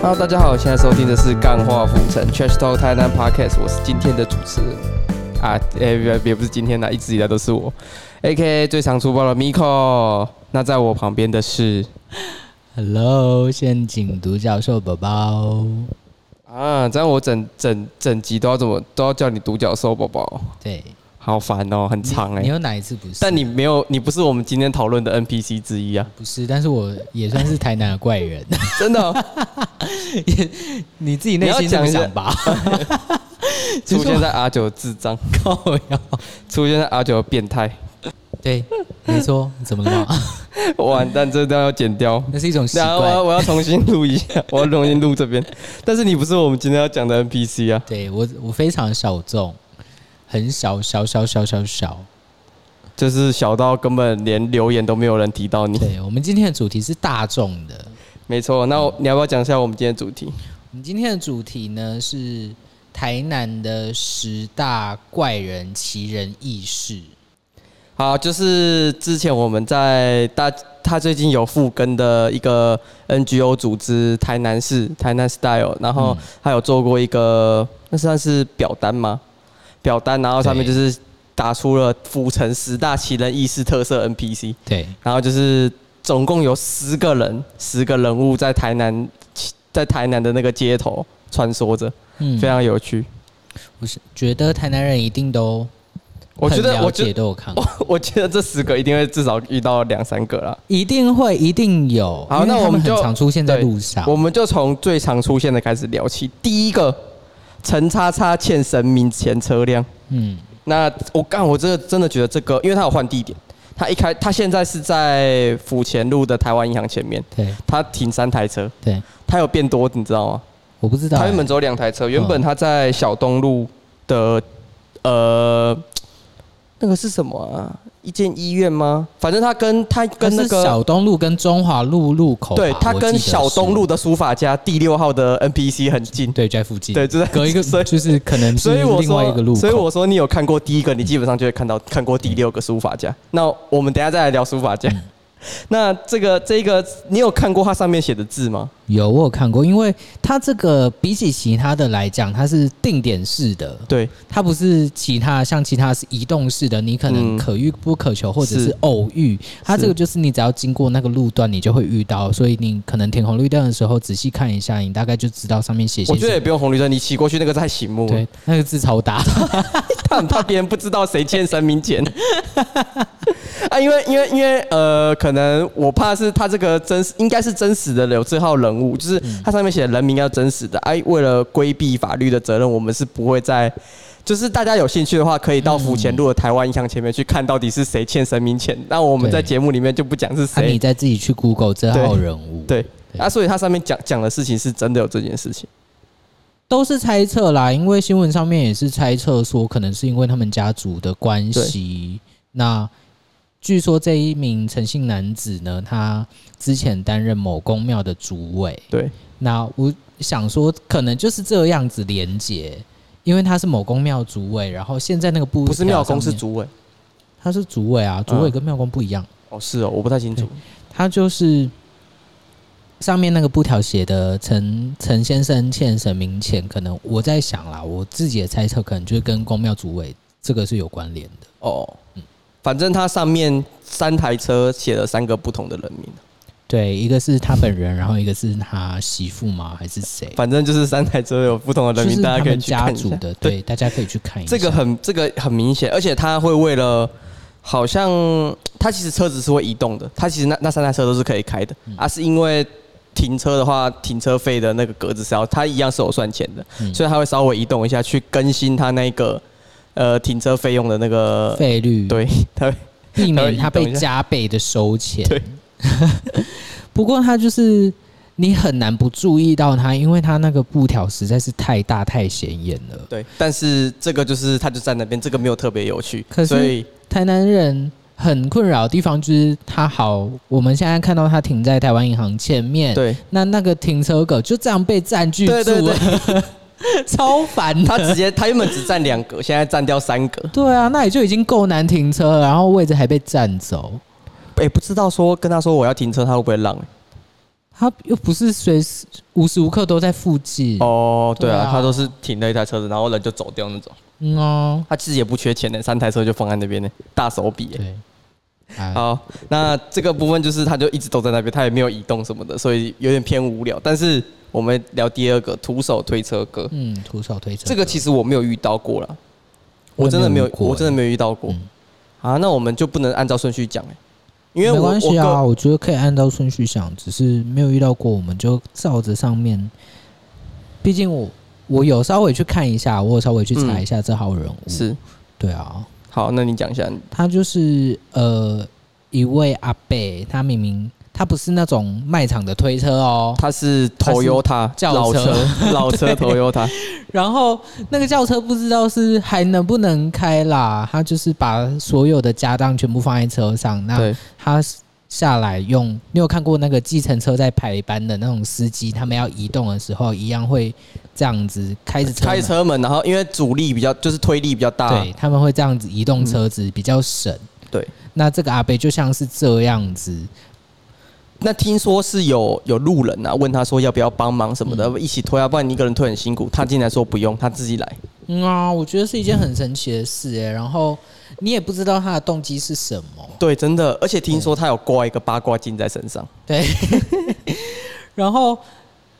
Hello，大家好，现在收听的是《干话浮城 Trash Talk 台南 Podcast》，我是今天的主持人啊，诶、也也不是今天啦，一直以来都是我，A.K.A 最常出包的 Miko。那在我旁边的是 Hello，陷阱独角兽宝宝。啊，这样我整整整集都要怎么都要叫你独角兽宝宝，对，好烦哦，很长哎、你有哪一次不是？但你没有，你不是我们今天讨论的 NPC 之一啊，不是，但是我也算是台南的怪人。 真的哦、你自己内内心心这么想想吧？出现在阿九的智障， 靠呀！出现在阿九的变态，对，没错。怎么了吗？ 完蛋，这段要剪掉。那是一种习然后啊我要惯。我要重新录一下，我要重新录这边。 但是你不是我们今天要讲的 NPC 啊？对我，我非常小众，很小小小小小小。就是小到根本连留言都没有人提到你。对我们今天的主题是大众的。没错，那我你要不要讲一下我们今天的主题？我们今天的主题呢是台南的十大怪人奇人异事。好，就是之前我们在大他最近有复更的一个 NGO 组织台南市台南 Style，然后他有做过一个那算是表单吗？表单，然后上面对就是打出了府城十大奇人异事特色 NPC。对，然后就是总共有十个人，十个人物在台南，在台南的那个街头穿梭着，嗯非常有趣。 不是，觉得台南人一定都我觉很得，了我觉解得，哦都有看过，我我觉得这十个一定会至少遇到两三个啦。一定会一定有。好因为那他我们们就很常出现在对路上。我们就从最常出现的开始聊起。第一个，陈叉叉欠神明钱车辆。嗯，那我干，我真的真的觉得这个，因为他有换地点，他一开，他现在是在府前路的台湾银行前面，对他停三台车，对，他他有变多，你知道吗？我不知道、他欸原本只有两台车，原本他在小东路的呃，那个是什么啊？一间医院吗？反正他跟他跟它那是个小东路跟中华路路口吧，对他我跟记得小东是路的书法家第六号的 NPC 很近，对就在附近，对，就在隔一个 所以就是可能是所以我另外一个说，路口，所以我说你有看过第一个，你基本上就会看到看过第六个书法家。那我们等一下再来聊书法嗯家。 那这个这个，你有看过它上面写的字吗？有我有看过，因为它这个比起其他的来讲，它是定点式的，对，它不是其他像其他是移动式的，你可能嗯可遇不可求或者是是偶遇。它这个就是你只要经过那个路段，你就会遇到，所以你可能停红绿灯的时候仔细看一下，你大概就知道上面写些什我么。觉得也不用红绿灯，你骑过去那个太醒目了。对，那个字超大，他很怕别人不知道谁欠神明钱 啊，因为因为因为呃，可能我怕是他这个真实应该是真实的柳志浩人物，就是他上面写的人名要真实的。哎、为了规避法律的责任，我们是不会在。就是大家有兴趣的话，可以到府前路的台湾银行前面去看到底是谁欠神明钱。那我们在对节目里面就不讲是那、你谁，再自己去 Google 这号人物，，对啊，所以他上面讲讲的事情是真的有这件事情。都是猜测啦，因为新闻上面也是猜测说，可能是因为他们家族的关系。那据说这一名陈姓男子呢，他之前担任某公庙的主委，对，那我想说，可能就是这样子连接，因为他是某公庙主委，然后现在那个部不是庙公是主，主委嗯他是主委啊，主委跟庙公不一样，哦，是哦，我不太清楚。他就是上面那个布条写的陈陈先生欠神明钱，可能我在想啦，我自己的猜测可能就是跟公庙主委这个是有关联的，哦，反正它上面三台车写了三个不同的人名，对，一个是他本人，然后一个是他媳妇吗？还是谁？反正就是三台车有不同的人名，就是大他家可以们去家看一族下。的， 对，大家可以去看一下。这个很这个很明显，而且他会为了。好像他其实车子是会移动的，他其实那那三台车都是可以开的、嗯啊，是因为停车的话，停车费的那个格子是要他一样是有算钱的，嗯所以他会稍微移动一下去更新他那个呃停车费用的那个，费率对，他会避稍微免移他动被一下加倍的收钱。对， 不过他就是你很难不注意到他，因为他那个布条实在是太大太显眼了。对，但是这个就是他就在那边，这个没有特别有趣可，是所以台南人很困扰的地方就是他好，我们现在看到他停在台湾银行前面，对，那那个停车格就这样被占据住对了，对 超烦的。他直接他原本只占两格，现在占掉三 格。对啊，那也就已经够难停车了，然后位置还被占走。哎、不知道说跟他说我要停车，他会不会让、他又不是随时无时无刻都在附近。哦，对对啊啊，他都是停了一台车子，然后人就走掉那种。嗯哦，他其实也不缺钱的，三台车就放在那边呢，大手笔耶。对，哎，好，那这个部分就是他就一直都在那边，他也没有移动什么的，所以有点偏无聊。但是我们聊第二个徒手推车哥，嗯，徒手推车，这个其实我没有遇到过啦，我真的没有，我真的的没有遇到过。嗯啊，那我们就不能按照顺序讲哎，因为没我关系我啊，个我觉得可以按照顺序想，只是没有遇到过，我们就照着上面。毕竟我我有稍微去看一下，我有稍微去查一下这号人物，嗯是对啊，好，那你讲一下，他就是呃一位阿伯，他明明他不是那种卖场的推车哦，他是他是 Toyota 轿老车车老车 Toyota，然后那个轿车不知道是还能不能开啦，他就是把所有的家当全部放在车上，那对，他下来用，你有看过那个计程车在排班的那种司机，他们要移动的时候一样会这样子开着车门，开车门，然后因为阻力比较就是推力比较大，对，他们会这样子移动车子、比较省。嗯对，那这个阿贝就像是这样子，那听说是有有路人啊，问他说要不要帮忙什么嗯的，一起推啊，不然你一个人推很辛苦。他竟然说不用，他自己来。嗯啊，我觉得是一件很神奇的事哎、然后你也不知道他的动机是什么，对，真的，而且听说他有挂一个八卦镜在身上。对，然后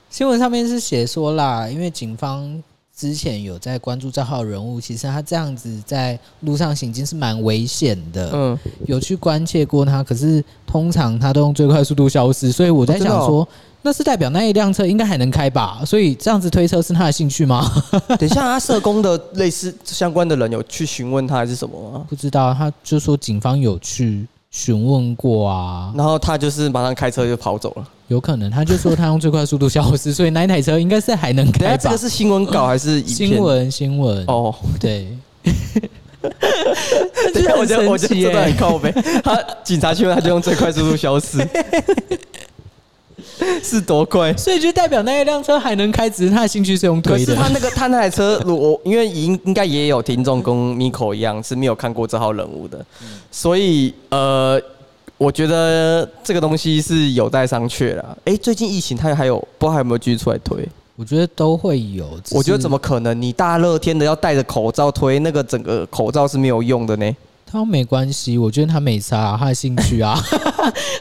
新闻上面是写说啦，因为警方之前有在关注这号人物，其实他这样子在路上行进是蛮危险的，嗯，有去关切过他，可是通常他都用最快速度消失，所以我在哦想真的说，那是代表那一辆车应该还能开吧？所以这样子推车是他的兴趣吗？等一下，他社工的类似相关的人有去询问他还是什么吗？不知道，他就说警方有去询问过啊，然后他就是马上开车就跑走了。有可能他就说他用最快速度消失，所以那一台车应该是还能等一 开下这吧个？是新闻稿还是影片新闻新闻哦， 对，等一下我觉 得我觉得耶真的很靠背。 他警察去问他就用最快速度消失， 是多快？所以就代表那一辆车还能开，只是他的兴趣是用可推是的。他那个他那台车，我因为应应该也有听众跟 Miko 一样是没有看过这号人物的，所以呃，我觉得这个东西是有待商榷啦。哎、最近疫情他还有不知道还有没有继续出来推？我觉得都会有，只是我觉得怎么可能？你大热天的要戴着口罩推，那个整个口罩是没有用的呢。他说没关系，我觉得他没差、他的兴趣啊，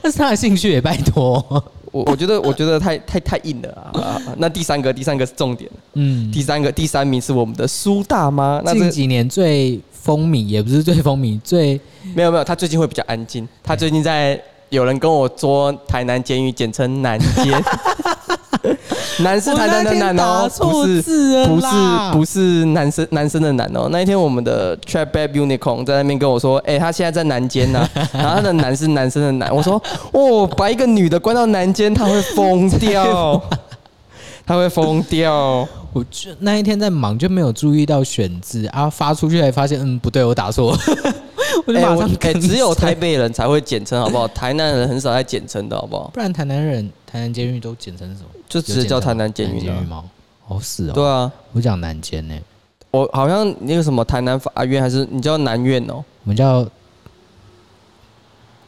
那是他的兴趣也拜托。我我觉得我觉得太太太硬了啊啊！啊那第三个第三个是重点，嗯，第三个第三名是我们的苏大妈。那近这几年最风靡，也不是最风靡，最没有没有，他最近会比较安静。他最近在有人跟我说台南监狱，简称南监，男是台 南的南哦，不是不是不是是男生男生的男哦。那一天我们的 Trap Bad Unicorn 在那边跟我说，哎、他现在在南监 呐、然后他的男是男生的男，我说哦，把一个女的关到南监，他会疯掉， 他会疯掉。我就那一天在忙，就没有注意到选字啊，发出去才发现，嗯，不对，我打错，我就哎、马我上哎、更只有正台北人才会简称好 不好？台南人很少在简称的好不好？不然台南人台南监狱都简称是什么？就直接叫台南监狱有了简称吗南监狱。吗？哦，是哦，对啊，我讲南监呢、我好像那个什么台南法院还是你叫南院哦、我们叫，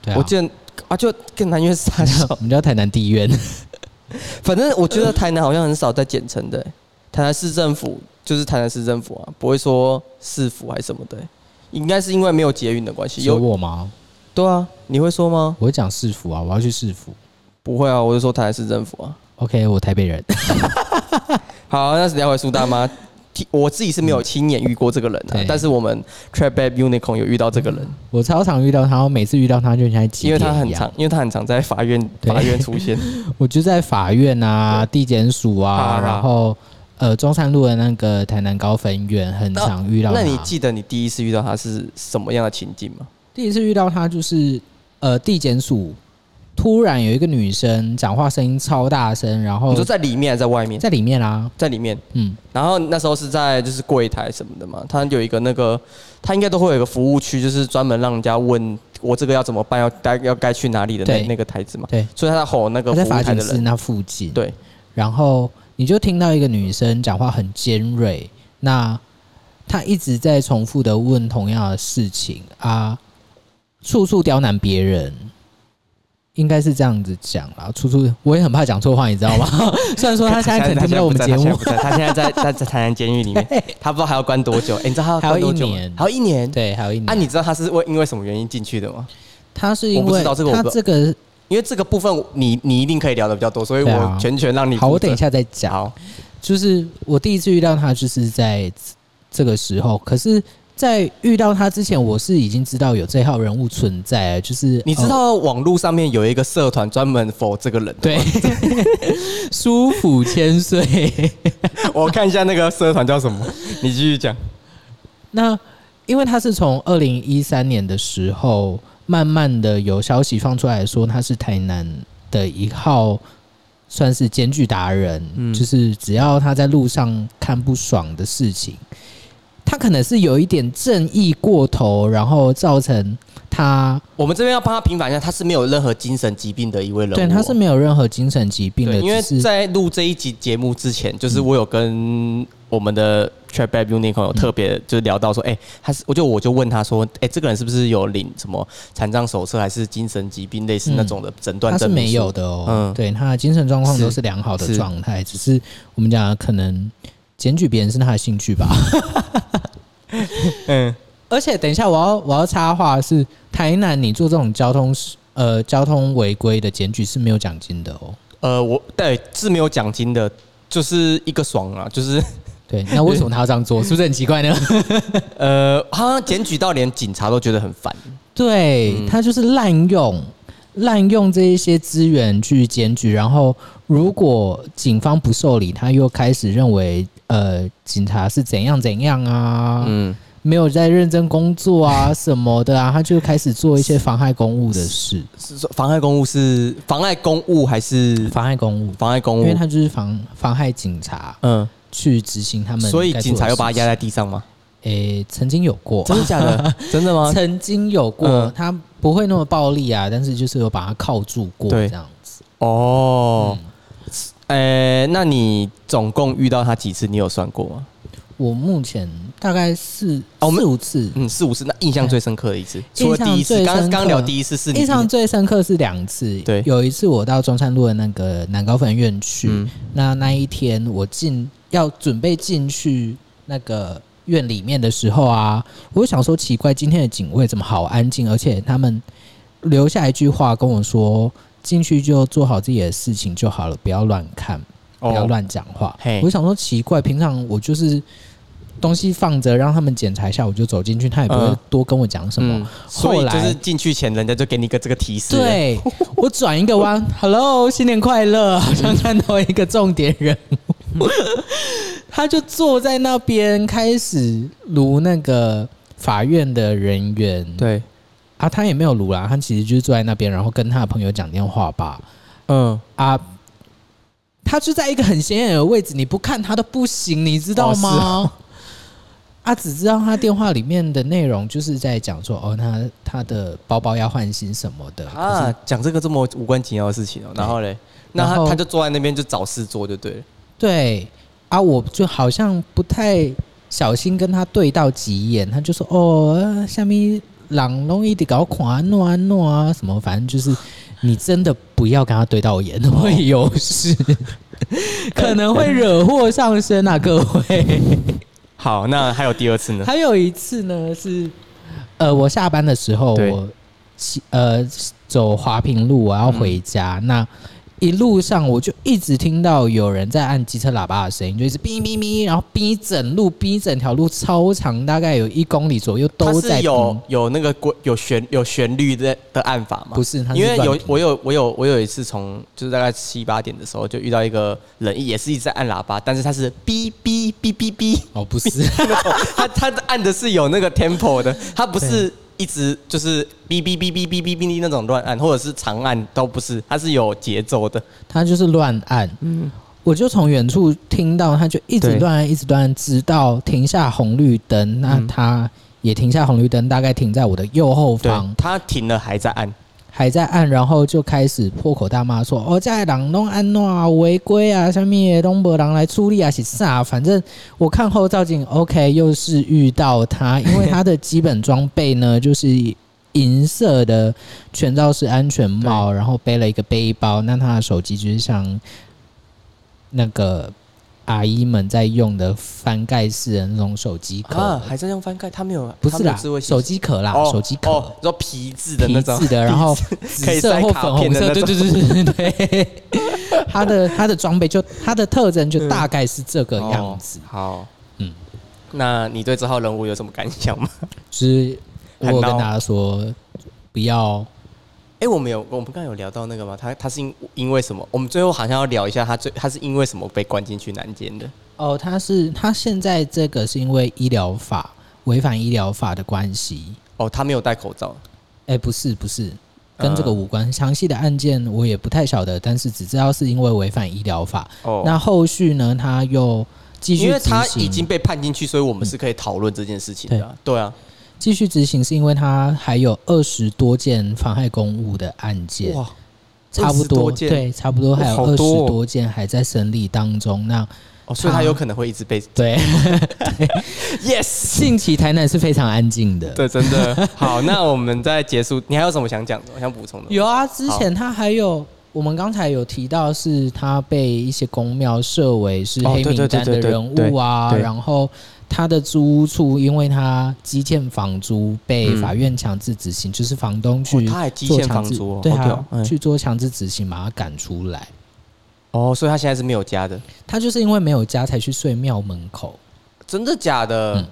对啊，我记得啊就跟南院 差小我，们叫台南地 院，反正我觉得台南好像很少在简称的欸、台南市政府就是台南市政府啊，不会说市府还是什么的欸、应该是因为没有捷运的关系。有有我吗？对啊，你会说吗？我会讲市府啊，我要去市府。不会啊，我就说台南市政府啊。 OK，我台北人， 好，那聊回苏大妈， 听我自己是没有亲眼遇过这个人啊对，嗯但是我们 Trap Bab Unicorn 有遇到这个人，我超常遇到他，我每次遇到他就像因为他很长，常，因为他很常在法院对法院出 现。我就在法院啊、地检署啊，啊然后呃中山路的那个台南高分院，很常遇到他。那你记得你第一次遇到他是什么样的情境吗？第一次遇到他就是呃地检署，突然有一个女生讲话声音超大声，然后你说在里面还是在外面？在里面啊，在里面。嗯，然后那时候是在就是柜台什么的嘛，他有一个那个，他应该都会有一个服务区，就是专门让人家问我这个要怎么办，要该要该去哪里的对那那个台子嘛。对，所以他在吼那个服他在务法台警的室人，那附近。对，然后你就听到一个女生讲话很尖锐，那她一直在重复的问同样的事情啊，处处刁难别人。应该是这样子讲啦。出出，我也很怕讲错话，你知道吗？ 虽然说他现在可能听不到我们节 目他现在不，在他现在在他在台南监狱里 面，他不知道还要关多久。哎，你知道他要关多久吗还有一年还有一年。对，还有一年，啊，你知道他是为因为什么原因进去的吗？他是因我不为知道这个我他不这个因为这个部分你你一定可以聊的比较多，所以对啊我全权让你好，负我责等一下再讲。好，就是我第一次遇到他，就是在这个时候。可是，在遇到他之前，我是已经知道有这号人物存在了，就是你知呃道网络上面有一个社团专门 for 这个人， 对，舒服千岁。我看一下那个社团叫什 么，你继续讲。 那因为他是从二零一三年的时候，慢慢的有消息放出来说他是台南的一号，算是兼具达人，嗯就是只要他在路上看不爽的事情，他可能是有一点正义过头，然后造成他我们这边要帮他平反一下，他是没有任何精神疾病的一位人物哦、对他是没有任何精神疾病的，对，因为只是在录这一集节目之前，就是我有跟我们的 Trap Back Unicorn 有嗯特别就是聊到说，哎、他是，我就我就问他说，哎、这个人是不是有领什么残障手册还是精神疾病类似那种的诊断嗯他是证明、没有，的哦，嗯对，他的精神状况都是良好的是状态，只是我们讲可能检举别人是他的兴趣吧。 嗯，而且等一下我要我要插话的是，台南你做这种交通事呃交通违规的检举是没有奖金的哦。呃，我对是没有奖金的，就是一个爽啊，就是对，那为什么他要这样做？是不是很奇怪呢？呃，好像检举到连警察都觉得很烦，对、嗯他就是滥用滥用这一些资源去检举，然后如果警方不受理，他又开始认为呃警察是怎样怎样啊，嗯。没有在认真工 作啊什么的啊，他就开始做一些妨害公务的事，是说妨碍公务是妨碍公务还是妨害公务，妨碍公因为务？他就是妨妨害警察。嗯，去执行他们。所以警察又把他压。在地 上吗？诶、曾经有过，啊真的假的？ 真的 吗？曾经有过，嗯他不会那么暴力啊，但是就是有把他铐住过对这样子。哦，嗯呃，那你总共遇到他几次？你有算过吗？我目前大概四、哦我们四五次，嗯，四五次。那印象最深刻的一次，除了第一次，印象最深刻刚刚刚聊第一次是你印象最深刻是两次。对有一次我到中山路的那个南高分院去，嗯那那一天我进要准备进去那个。院里面的时候啊，我就想说奇怪，今天的警卫怎么好安静？而且他们留下一句话跟我说：“进去就做好自己的事情就好了，不要乱看，不要。哦乱讲话。嘿我想说奇怪，平常我就是东西放着让他们检查一下，我就走进去，他也不会嗯多跟我讲什么。嗯，所以后来就是进去前，人家就给你一个这个提示。， 对我转一个弯，Hello，新年快乐！好像看到一个重点 人物，他就坐在那边开始撸那个法院的人员。对，啊，他也没有撸啦，他其实就是坐在那边，然后跟他的朋友讲电话吧。嗯，啊，他就在一个很显眼的位置，你不看他都不行，你知道吗？哦是 啊，只知道他电话里面的内容就是在讲说，哦，他他的包包要换新什么的，啊，讲这个这么无关紧要的事情哦。然后嘞，那然后他他就坐在那边就找事做就对了。对啊，我就好像不太小心跟他对到几眼，他就说哦，呃下面朗龙一直搞垮诺啊诺啊什么，反正就是你真的不要跟他对到眼，会有事， 可能会惹祸上身啊，各位。好，那还有第二次呢？还有一次呢是，呃，我下班的时候，对我骑呃走华平路，我要回家。嗯那一路上我就一直听到有人在按机车喇叭的声音，就一直哔哔哔，然后哔整路，哔整条路超长，大概有一公里左右它都是在哔有有那个规有旋有旋律的的按法吗？不是它是因为乱有评我有我有我有一次从就是大概七八点的时候就遇到一个人，也是一直在按喇叭，但是他是哔哔哔哔哔，哦，不是，那种他他按的是有那个 tempo 的，他不是一直就是哔哔哔哔哔哔哔那种乱按，或者是长按都不是，它是有节奏的。他就是乱按。嗯，我就从远处听到，他就一直对乱按，一直乱按，直到停下红绿灯。那嗯他也停下红绿灯，大概停在我的右后对方。，他停了还在按，还在按，然后就开始破口大骂说：“哦，这狼弄安诺啊，违规啊，什么东伯狼来处理啊，是啥？反正我看后照镜，OK，又是遇到他，因为他的基本装备呢，就是 银色的全罩式安全帽，然后背了一个背包。那他的手机就是像那个阿姨们在用的翻盖式的那种手机壳，啊，还在用翻盖，它没有，不是它没有啦智慧，型手机壳啦，哦手机壳。哦，你说皮质的皮那种，质的，然后可以紫色塞或卡粉红片的色，那对种对对对对对，它的它的装备就它的特征就大概是这个样子嗯哦。好，嗯嗯，那你对这号人物有什么感想 吗？就是我有很跟闹大家说，不要哎、我们有，我们刚刚有聊到那个吗？他他是因因为什么？我们最后好像要聊一下他最他是因为什么被关进去南监的？哦，他是他现在这个是因为医疗法违反医疗法的关系。哦，他没有戴口罩。哎，不是不是，跟这嗯个无关。详细的案件我也不太晓得，但是只知道是因为违反医疗法。哦，那后续呢，他又继续因为他执行已经被判进去，所以我们是可以讨论这件事情的啊、对啊，继续执行，是因为他还有二十多件妨害公务的案件，哇，哦差不20多件对，差不多还有哇二好十多哦多件还在审理当中。那哦，所以他他有可能会一直 被对， yes。近期台南是非常安静的。对，真的好。那我们再结束，你还有什么想讲的？我想补充的吗。有啊，之前他还有。我们刚才有提到，是他被一些公庙设为是哦黑名单的对对对对对人物啊，对对然后他的租屋处，因为他积欠房租被嗯法院强制执行，就是房东去哦他还积做欠强房制租哦对好啊屌，嗯去做强制执行，把他赶出来。哦，所以他现在是没有家的，他就是因为没有家才去睡庙门口，真的假的？嗯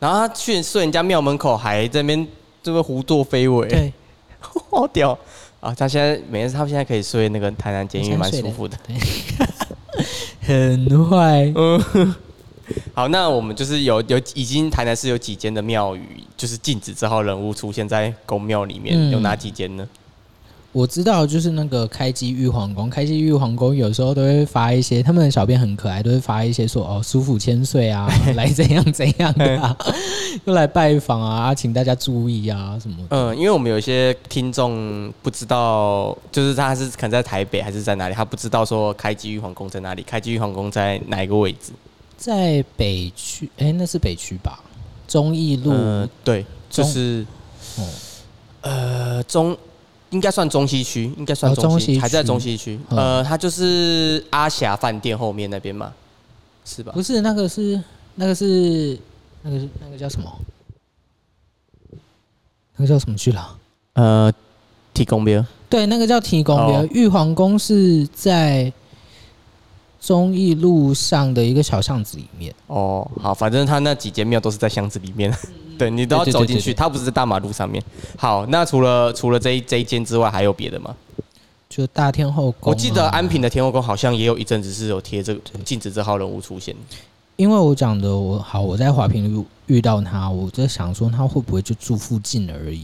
然后他去睡人家庙门口，还在那边这边胡作非为，对， 好屌啊！他现在每天他们现在可以睡那个台南监狱，蛮舒服的。很坏。好，那我们就是有有已经台南市有几间的庙宇，就是禁止这号人物出现在公庙里面，嗯有哪几间呢？我知道，就是那个开基玉皇宫，开基玉皇宫有时候都会发一些，他们的小编很可爱，都会发一些说哦，叔父千 岁啊，来怎样怎样的、啊， 又来拜访啊，请大家注意啊什么的。嗯，因为我们有一些听众不知道，就是他是可能在台北还是在哪里，他不知道说开基玉皇宫在哪里，开基玉皇宫在哪一个位置？在北区，哎、那是北区吧？忠义路，嗯，对，就中是哦呃中，应该算中西区，应该算哦中中西西，区还在中西区。嗯呃，它就是阿霞饭店后面那边嘛，是吧？不是那个是那个是那个是那个叫什么？那个叫什么去了啊？呃，提供标对，那个叫提供庙。哦玉皇宫是在忠义路上的一个小巷子里面。哦，好，反正它那几间庙都是在巷子里面， 对你都要嗯对对走对进对去，对它不是在大马路上面。好，那除了除了这一这一间之外，还有别的吗？就大天后宫啊、我记得安平的天后宫好像也有一阵子是有贴这个禁止这号人物出现。因为我讲的我好，我在华平路遇到他，我在想说他会不会就住附近 而已，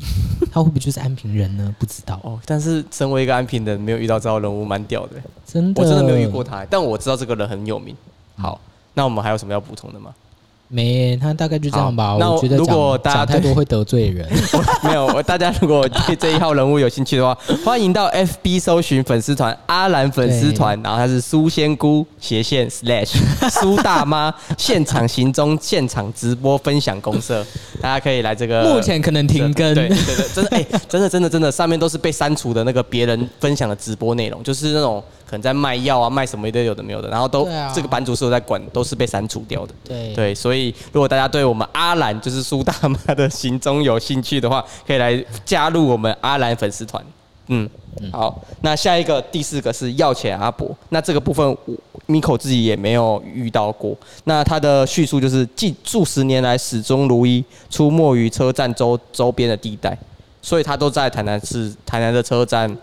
他会不会就是安平人呢？不知道，哦，但是身为一个安平人，没有遇到这号人物，蛮屌的。真的，我真的没有遇过，他，但我知道这个人很有名。嗯好，那我们还有什么要补充的吗？ 没耶，他大概就这样吧。好那我觉得如果讲大家讲太多会得 罪人。我没有，我大家如果对这一号人物有兴趣的话，欢迎到 FB 搜寻粉丝团阿兰粉丝团，然后他是苏仙姑斜线 slash 苏大妈现场行踪现场直播分享公社， 大家可以来这个。目前可能停更，呃对对对，真的哎、真的真的真的，上面都是被删除的那个别人分享的直播内容，就是那种可能在卖药啊、卖什么一堆有的没有的，然后都、对啊这个版主是有在管，都是被删除掉的。对对，所以如果大家对我们阿兰就是苏大妈的行踪有兴趣的话，可以来加入我们阿兰粉丝团。嗯，好，那下一个第四个是要钱阿伯，那这个部分我 Miko 自己也没有遇到过。那他的叙述就是近数十年来始终如一，出没于车站周周边的地带，所以他都在台南市台南的车站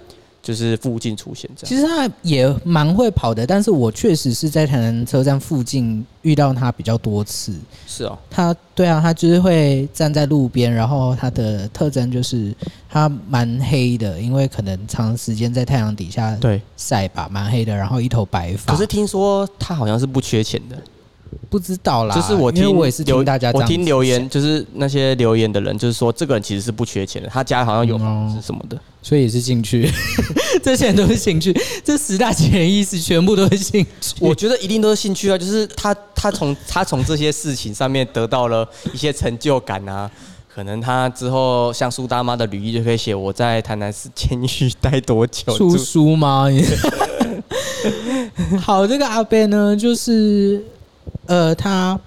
就是附近出现这样。其实他也蛮会跑的，但是我确实是在台南车站附近遇到他比较多次。是哦，他对啊，他就是会站在路边，然后他的特征就是他蛮黑的，因为可能长时间在太阳底下对。晒吧，蛮黑的，然后一头白发。可是听说他好像是不缺钱的，不知道啦，就是我因为听我也是留听大家这我样子听留讲言，，就是那些留言的人，就是说这个人其实是不缺钱的，他家好像有房嗯哦子什么的。 所以也是兴趣， 这些人都是兴趣，这十大潜意识全部都是兴趣。我觉得一定都是兴趣啊，就是他他从他从这些事情上面得到了一些成就感啊，可能他之后像苏大妈的履历就可以写我在台南市监狱待多久。出住书吗？ 好，这个阿贝呢，就是呃，他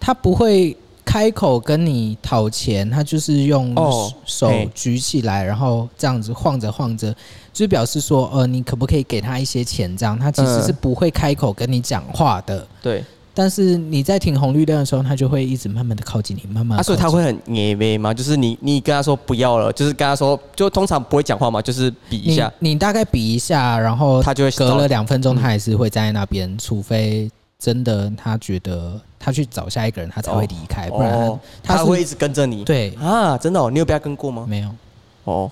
他不会开口跟你讨钱，他就是用哦手嘿举起来，然后这样子晃着晃着，就是表示说，呃，你可不可以给他一些钱？这样，他其实嗯是不会开口跟你讲话的。对，但是你在停红绿灯的时候，他就会一直慢慢的靠近你，慢慢地啊，所以靠他近会很捏呗吗？就是你你跟他说不要了，就是跟他说，就通常不会讲话嘛，就是比一下，你，你大概比一下，然后他就会隔找嗯了两分钟，他还是会站在那边，除非真的他觉得他去找下一个人，他才会离开，不然他,、哦，他是会一直跟着你。对啊，真的哦，你有被他跟过吗？没有。哦，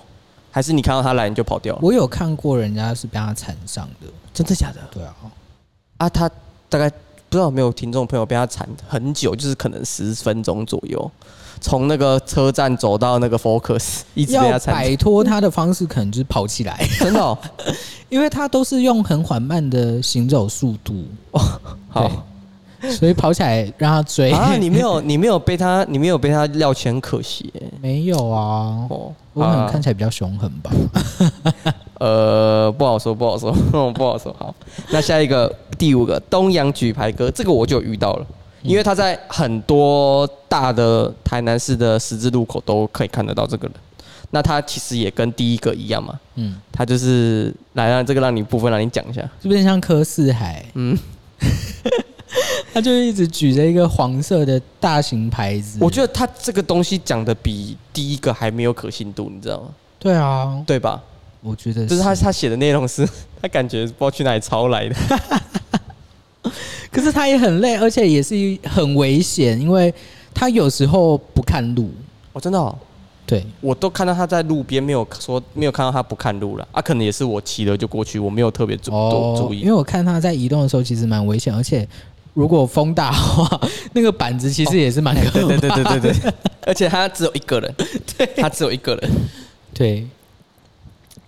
还是你看到他来你就跑掉了？我有看过人家是被他缠上的，真的假的？对啊，啊，他大概不知道有没有听众朋友被他缠很久，就是可能十分钟左右，从那个车站走到那个 Focus，一 直被要他缠，摆脱他的方式可能就是跑起来， 真的、哦。因为他都是用很缓慢的行走速度， 好所以跑起来让他追。啊，你没有，你没有被他，你没有被他撂钱，很可惜耶。没有啊，哦，我可好能啊看起来比较凶狠吧。呃，不好说，不好说， 不好说。好，那下一个第五个东洋举牌哥，这个我就遇到了，因为他在很多大的台南市的十字路口都可以看得到这个人。那他其实也跟第一个一样嘛，嗯，他就是来让这个让你部分让你讲一下。是不是像柯四海？嗯， 他就一直举着一个黄色的大型牌子。我觉得得他这个东西讲的比第一个还没有可信度，你知道吗？对啊，对吧？我觉得就是他，他写的内容是， 他感觉不知道去哪里抄来的。可是他也很累，而且也是很危险，因为他有时候不看路。我真的、哦，对，我都看到他在路边，没有说没有看到他不看路了啊，可能也是我骑了就过去，我没有特别注多注哦因意为。我看他在移动的时候其实蛮危险，而且如果风大的话， 那个板子其实也是蛮可怕 对的、对对对对对， 而且他只有一 个人，他只有一个人。 对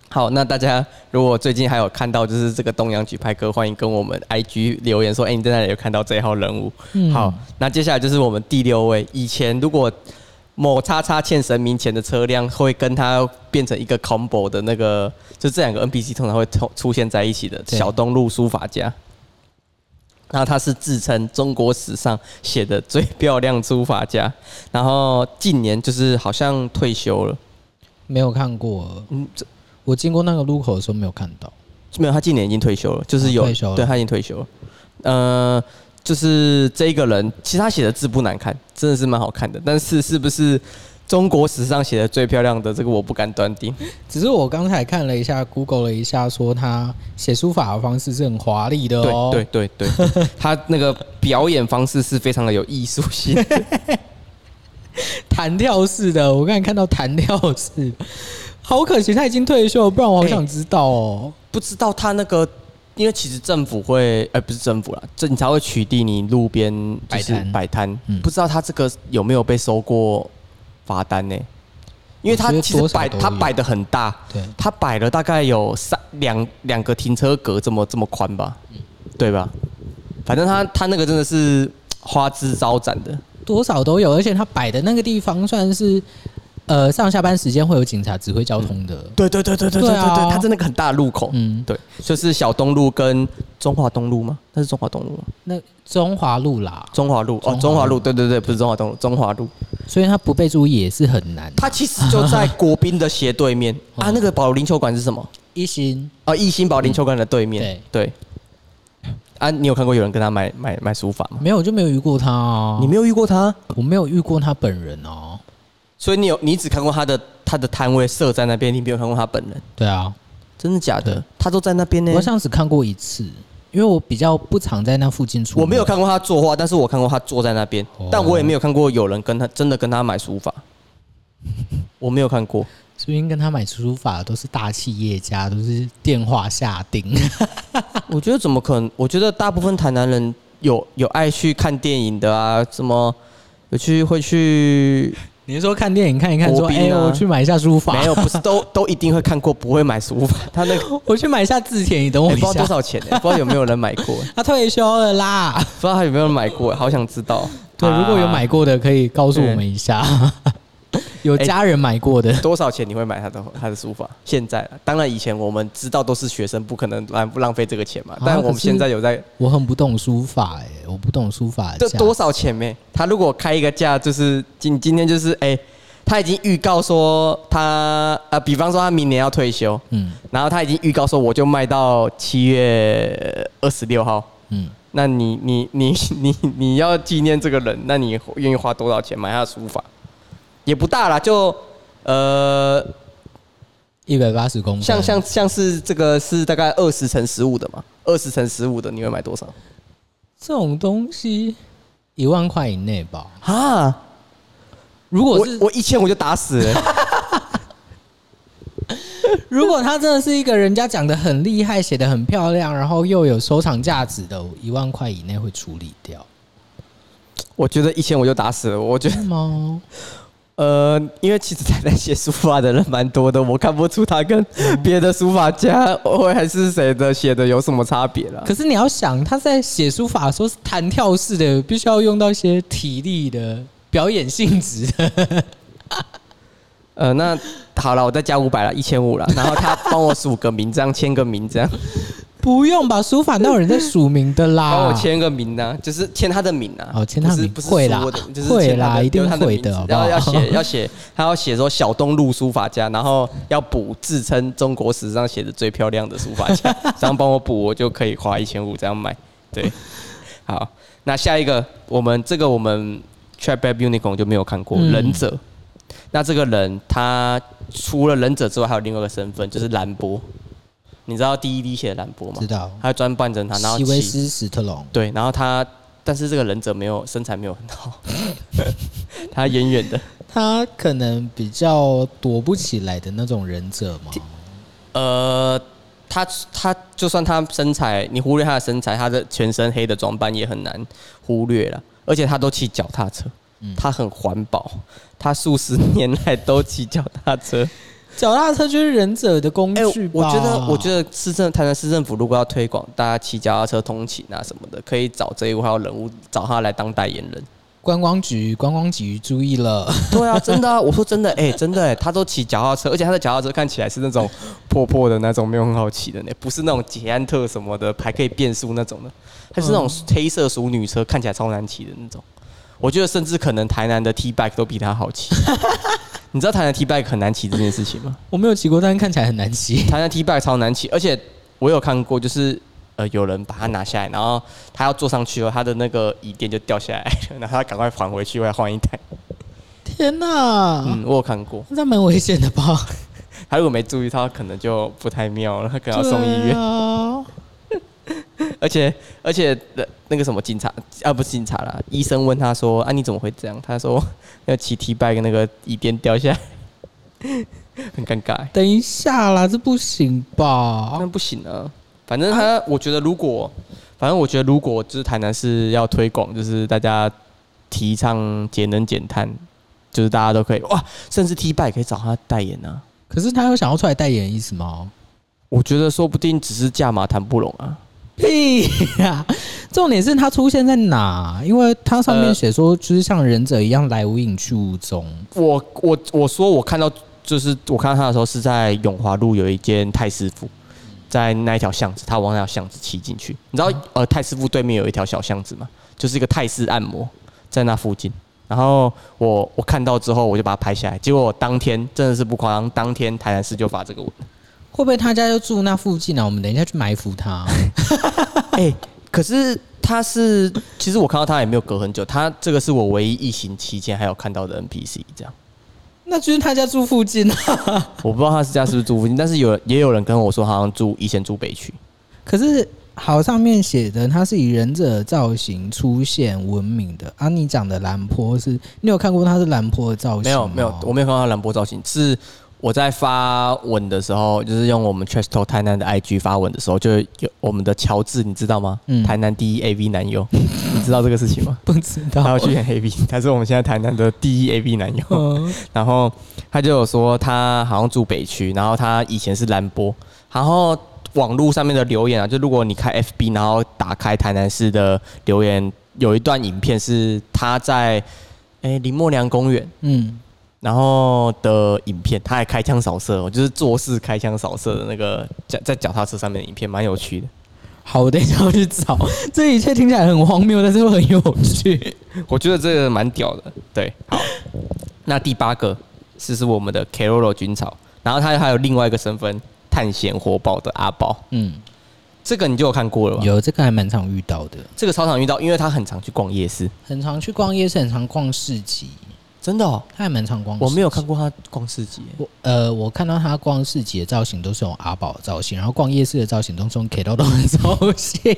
好，那大家如果最近还有看到就是这个东洋举牌哥，欢迎跟我们 IG 留言说，哎、你在哪里有看到这一号人物？嗯好，那接下来就是我们第六位，以前如果某叉叉欠神明钱的车辆会跟他变成一个 combo 的那个，就这两个 NPC 通常会出出现在一起的对小东路书法家。然后他是自称中国史上写的最漂亮书法家，然后近年就是好像退休了，没有看过。嗯，这我经过那个路口的时候没有看到。没有，他今年已经退休了，就是有、哦退休了对他已经退休了。呃，就是这个人，其实他写的字不难看，真的是蛮好看的，但是是不是中国史上写的最漂亮的，这个我不敢断定。只是我刚才看了一下，Google 了一下，说他写书法的方式是很华丽的哦。对对对对，他那个表演方式是非常的有艺术性。弹跳式的，我刚才看到弹跳式，好可惜他已经退休了，不然我好想知道哦。不知道他那个，因为其实政府会，呃，不是政府啦，这你才会取缔你路边就是摆摊摆摊嗯，不知道他这个有没有被收过罚单呢？因为他我觉得其实多少摆都他有摆的很大，对，他摆了大概有三两两个停车格这么这么宽吧，对吧？反正他他那个真的是花枝招展的，多少都有，而且他摆的那个地方算是，呃，上下班时间会有警察指挥交通的。对对对对对对啊他真的很大的路口，嗯，对，就是小东路跟中华东路吗？那是中华东路吗？那中华路啦，中华路哦，中中华华路，路对对对，不是中华东路，中华路，所以他不被注意也是很难。它其实就在国宾的斜对面 啊。那个保龄球馆是什么？一心啊，一心保龄球馆的对面。嗯对。啊，你有看过有人跟他买买买书法吗？没有我就没有遇过他啊，你没有遇过他，我没有遇过他本人哦。所以你有你只看过他的他的摊位设在那边，你没有看过他本人，对啊，真的假的对？他都在那边呢我好。像只看过一次，因为我比较不常在那附近出。我没有，看过他作画，但是我看过他坐在那边哦，但我也没有看过有人跟他真的跟他买书法，我没有看过。最近跟他买书法都是大企业家，都是电话下定。 我觉得怎么可能？我觉得大部分台南人有有爱去看电影的啊，什么有去会去，你是说看电影看一看，国说宾哎、啊我去买一下书法，没有， 不是都都一定会看过，不会买书法。他那个、 我去买一下字帖，你等欸不我一知道下。多少钱、欸，不知道有没有人买过、欸他退休 了啦，不知道他有没有人买过、欸好想知道。对，如果有啊买过的可以告诉我们一下。 有家人买过的，多少钱你会买他的他的书法？现在啊当然以前我们知道都是学生，不可能浪浪费这个钱嘛。但我们现在有在，我很不懂书法哎、我不懂书法的这价多少钱没？他如果开一个价，就是今今天就是哎、他已经预告说他呃，比方说他明年要退休，嗯然后他已经预告说我就卖到七月二十六号。嗯，那你你你你你要纪念这个人，那你愿意花多少钱买他的书法？也不大啦，就呃，一百八十公分，像像像是这个是大概二十乘十五的嘛，二十乘十五的你会买多少这种东西一万块以内吧。啊？如果我是我一千我就打死了，如果他真的是一个人家讲的很厉害、写的很漂亮，然后又有收藏价值的，一万块以内会处理掉，我觉得一千我就打死了。我觉得是吗？呃，因为其实台在写书法的人蛮多的，我看不出他跟别的书法家或还是谁的写的有什么差别啦。可是你要想，他在写书法的时候是弹跳式的，必须要用到一些体力的表演性质 的。呃，那好了，我再加五百了，一千五了。然后他帮我署个名，这样 签个名，这样不用吧，书法，那有人在署名的 帮我啦。签个名呢、就是签他的名啊。啊哦签他的不是名不是会啦说 我的就是会签他的啦一就定是他会名字的好不然后要 好写要写，他要写说小东路书法家，然后要补自称中国史上写的最漂亮的书法 家，这样帮我补，我就可以花一千五这样买。对，好，那下一个我们这个我们 Trap Back Unicorn 就没有看过、嗯忍者。那这个人他除了忍者之外，还有另外一个身份，就是兰博。你知道第一滴血的兰博吗？知道他专扮成他，然后席维骑斯·史特龙，对，然后他，但是这个忍者没有身材没有很 好，他远远的，他可能比较躲不起来的那种忍者嘛。呃，他他就算他身材，你忽略他的身材，他的全身黑的装扮也很难忽略了，而且他都骑脚踏车，他很环保，他数十年来都骑脚踏车。 脚踏车就是忍者的工哎、具吧、我觉得，我觉得市政台南市政府如果要推广大家骑脚踏车通勤啊什么的，可以找这一号人物，找他来当代言人。观光局观光局注意了， 对啊，真的、啊，我说真的，哎、真的、哎，他都骑脚踏车，而且他的脚踏车看起来是那种破破的那种，没有很好骑的呢，不是那种捷安特什么的，还可以变速那种的，它是那种黑色熟女车，看起来超难骑的那种。我觉得甚至可能台南的 T bike 都比它好骑。你知道台南 T bike 很难骑这件事情吗？我没有骑过，但是看起来很难骑。台南 T bike 超难骑，而且我有看过，就是呃有人把它拿下来，然后他要坐上去了，他的那个椅垫就掉下来了，然后他赶快返回去，我要换一台。 天哪，嗯，我有看过。那蛮危险的 吧？他如果没注意，他可能就不太妙了，他可能要送医对院。啊。而且而且呃那个什么警察啊，不是警察啦，医生问他说啊你怎么会这样？他说要骑 T b i 那个椅垫掉下来， 很尴尬欸。等一下啦，这不行吧那？不行啊，反正他、我觉得如果，反正我觉得如果就是台南市要推广，就是大家提倡节能减碳，就是大家都可以哇，甚至 T b i 可以找他代言啊。可是他有想要出来代言的意思吗？我觉得说不定只是价码谈不拢啊。屁呀、重点是他出现在哪？因为他上面呃写说，就是像忍者一样来无影去无踪。我我我说我看到就是我看到他的时候是在永华路有一间泰师傅，在那一条巷子，他往那条巷子骑进去。你知道呃泰师傅对面有一条小巷子嘛，就是一个泰式按摩，在那附近。然后我我看到之后我就把它拍下来，结果当天真的是不夸张，当天台南市就发这个文。会不会他家就住那附 近啊？我们等一下去埋伏他。 哎、可是他是 其实我看到他也没有隔很久，他这个是我唯一疫情期间还有看到的 NPC 这样。那就是他家住附近啊。我不知道他是家是不是住附近，但是有也有人跟我说，好像住以前住北区。可是好，上面写的他是以忍者的造型出现闻名的。啊，你讲的兰坡是，你有看过他是兰坡的造型吗？没有没有，我没有看到他兰博造型，是我在发文的时候，就是用我们 t r a s t o 台南的 IG 发文的时候，就有我们的乔治，你知道吗？嗯台南第一 AV 男友， 你知道这个事情 吗？不知他道要。去演 AV，他是我们现在台南的第一 AV 男友。嗯， 然后他就有说他好像住北区，然后他以前是兰波，然后网络上面的留言啊，就如果你开 FB，然后打开台南市的留言，有一段影片是他在诶林默娘公园，嗯，然后的影片，他还开枪扫射哦，就是做事开枪扫射的那个在在脚踏车上面的影片，蛮有趣的。好，我等一下要去找。这一切听起来很荒谬，但是又很有 趣。我觉得这个蛮屌的。对，好，那第八个是是我们的 Carol 军草，然后他还有另外一个身份，探险活宝的阿宝，嗯，这个你就有看过了吧？有这个还蛮常遇到的，这个超常遇到，因为他很常去逛夜市，很常去逛夜市，很常逛市集，真的、哦，他还蛮常逛。我没有看，过他逛市集。 我呃，我看到他逛市集的造型都是用阿宝的造型，然后逛夜市的造型都是用 K 豆豆的造型。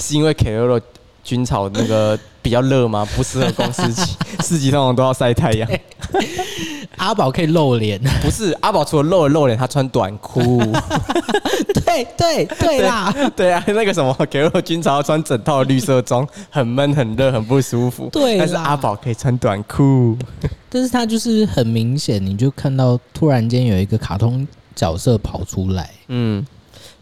是因为 Carol 军草那个比较热吗？不适合逛市集，市集通常都要晒太阳。阿宝可以露脸，不是阿宝，除了露了露脸，他穿短 裤。对对对 啦，对啊，那个什么 Carol 军草要穿整套绿色装，很闷、很热、很不舒服。对啦但是阿宝可以穿短裤。但是他就是很明显，你就看到突然间有一个卡通角色跑出来，嗯，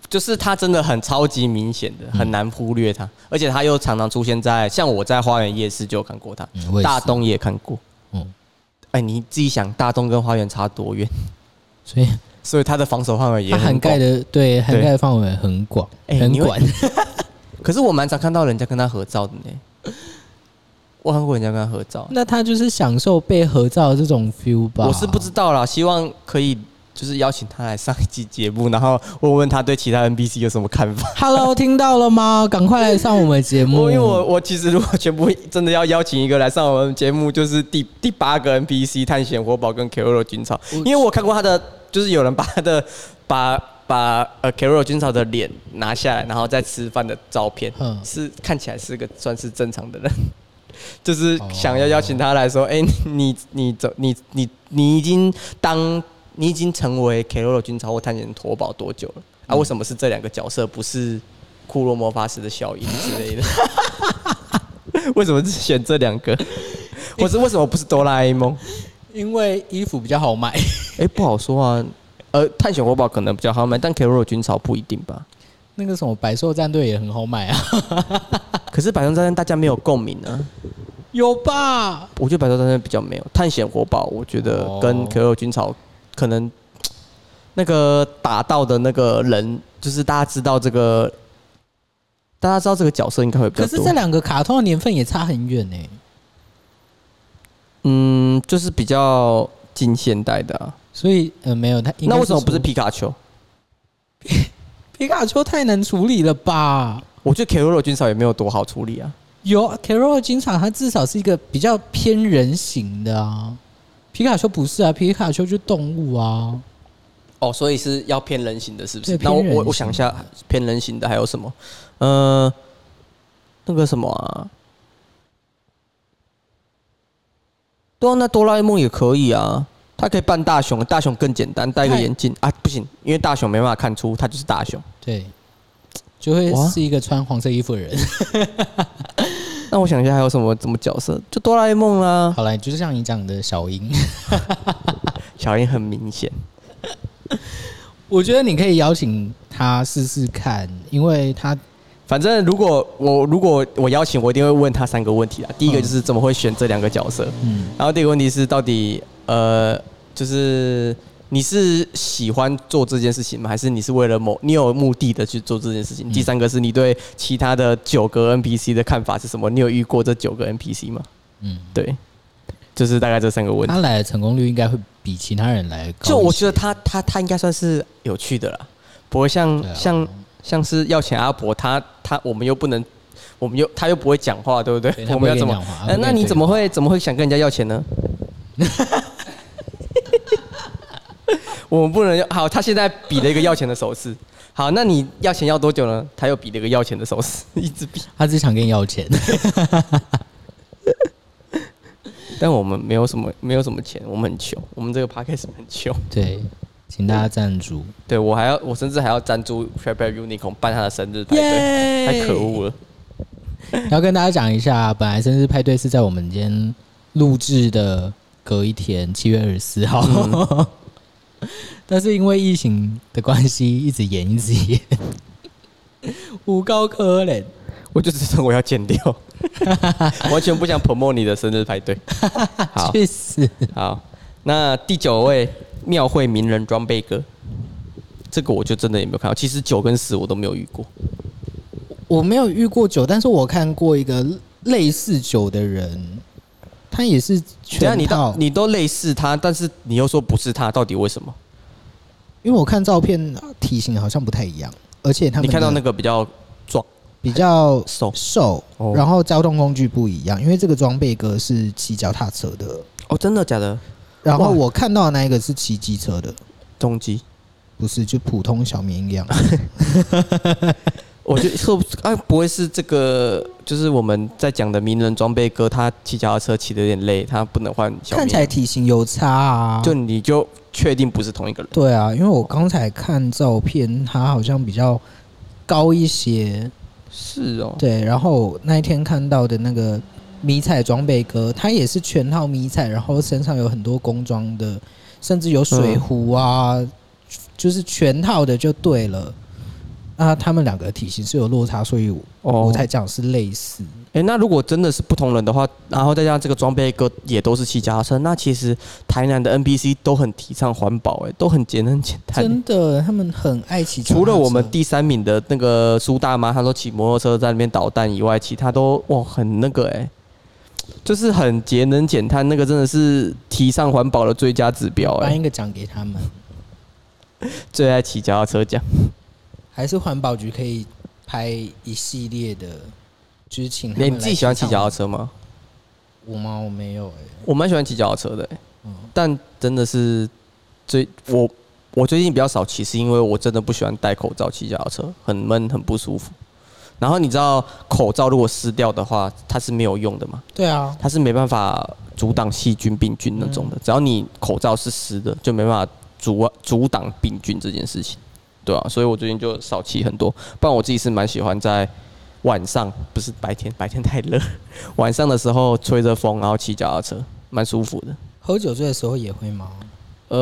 就是他真的很超级明显的，很难忽略他，而且他又常常出现在像我在花园夜市就有看过他，嗯我也是大东也看过。嗯，哎，你自己想，大东跟花园差多远？所以所以他的防守范围也它涵很盖广。的对涵盖的范围很广，哎很你会广。 可是我蛮常看到人家跟他合照的呢，我看过人家跟他合照。那他就是享受被合照的这种 feel 吧？我是不知道啦，希望可以就是邀请他来上一期节目，然后问问他对其他 NBC 有什么看法。 Hello，听到了吗？赶快来上我们节目。我 因为我我其实如果全部真的要邀请一个来上我们节目，就是第第八个 NPC 探险活宝跟 Carol 军草，因为我看过他的，就是有人把他的把把呃 Carol 军草的脸拿下来，然后再吃饭的照片，嗯是看起来是个算是正常的人，就是想要邀请他来说，哎、你你走你你你已经当你已经成为 Carol 军草或探险活宝多久了？啊，为什么是这两个角色，不是库洛魔法使的小樱之 类的？为什么是选这两个？或是为什么不是哆啦 A 梦？因为衣服比较好买， 哎、不好说啊。呃，探险活宝可能比较好买，但 Carol 军草不一定吧。那个什么百兽战队也很好买 啊，可是百兽战队大家没有共鸣啊，有吧？我觉得百兽战队比较没有。探险活宝，我觉得跟哦 Carol 军草可能嗯那个打到的那个人，就是大家知道这个，大家知道这个角色应该会比较可多。是这两个卡通的年份也差很远欸呢、嗯，就是比较近现代的、啊。所以呃没有他。应该那为什么不是说皮卡丘？皮卡丘太难处理了吧？我觉得 Carol 军草也没有多好处理啊。有 Carol 警长，他至少是一个比较偏人型的啊。皮卡丘不是啊，皮卡丘就动物啊。哦，所以是要偏人形的，是不是？对那我偏人我形我想一下，偏人形的还有什么？呃，那个什么啊，对啊，那哆啦 A 梦也可以啊，它可以扮大雄，大雄更简单，戴个太眼镜啊，不行，因为大雄没办法看出他就是大雄。对，就会哇是一个穿黄色衣服的人。那我想一下还有什么什么角色？就哆啦 A 梦啊啦， 好了，就是像你讲的小樱，小樱很明显，我觉得你可以邀请他试试看，因为他反正如果我如果我邀请，我一定会问他三个问题啊。第一个就是怎么会选这两个角色，嗯然后第一个问题是到底呃，就是你是喜欢做这件事情吗？还是你是为了某你有目的的去做这件事情？第三个是你对其他的九个 NPC 的看法是什么？你有遇过这九个 NPC 吗？嗯，对，就是大概这三个问题。他来的成功率应该会比其他人来得高。就我觉得，他他他应该算是有趣的啦，不会像、对啊像像是要钱阿伯，他他我们又不能，我们又他又不会讲话，对不对？对他我不们要会跟怎你么讲话？他呃不那跟你对怎么话会怎么会想跟人家要钱 呢？我们不能要好，他现在比了一个要钱的手势。好，那你要钱要多久呢？他又比了一个要钱的手势， 一直比。他只想跟你要钱？ 但我们没有什么没有什么钱，我们很穷，我们这个 p a c k a g e 很穷。对，请大家赞助。对我还要，我甚至还要赞助 t r a p e r Unicorn 办他的生日派对，耶太可恶了。 要跟大家讲一下，本来生日派对是在我们今天录制的隔一天，七月二十四号。嗯 但是因为疫情的关系，一直延，一直延， 无高可能。 我就知道我要剪掉， 完全不想 promote 你的生日派对。好啊去死！好，那第九位庙会名人装备哥，这个我就真的也没有看到。其实九跟十我都没有遇过。我没有遇过酒，但是我看过一个类似酒的人，他也是对啊，全你套到，你都类似他，但是你又说不是他，到底为什么？因为我看照片体型好像不太一样，而且他们你看到那的个比较壮比较瘦瘦哦，然后交通工具不一样，因为这个装备哥是骑脚踏车的，哦，真的假的？然后哇我看到的那一个是骑机车的，中基，不是就普通小绵羊。我觉得说啊，不 会是这个，就是我们在讲的名人装备哥，他骑脚踏车骑的有点累，他不能换小绵看羊起来体型有差啊。就你就确定不是同一个人。对啊，因为我刚才看照片，他好像比较高一些。是哦，对，然后那一天看到的那个迷彩装备哥，他也是全套迷彩，然后身上有很多工装的，甚至有水壶啊，就是全套的就对了。啊，他们两个体型是有落差，所以我,、哦我才讲是类似。诶，那如果真的是不同人的话，然后再加上这个装备哥也都是骑脚踏车，那其实台南的 NPC 都很提倡环保、诶，都很节能减碳。真的，他们很爱骑脚踏车。除了我们第三名的那个苏大妈，她都骑摩托车在那边捣蛋以外，其他都哇很那个诶，就是很节能减碳，那个真的是提倡环保的最佳指标诶，颁一个奖给他们。最爱骑脚踏车 奖。还是环保局可以拍一系列的，就是请他你们你自己喜欢骑脚踏车？车吗？我吗？我没有哎、我蛮喜欢骑脚踏车的、欸嗯但真的是最我我最近比较少骑，是因为我真的不喜欢戴口罩骑脚踏车，很闷很不舒服。然后你知道口罩如果撕掉的话，它是没有用的嘛，对啊，它是没办法阻挡细菌病菌那种的。只要你口罩是湿的，就没办法阻阻挡病菌这件事情，对啊，所以我最近就少骑很多，不然我自己是蛮喜欢在晚上，不是白天，白天太热， 晚上的时候吹着风，然后骑脚踏车，蛮舒服的。喝酒醉的时候也会吗？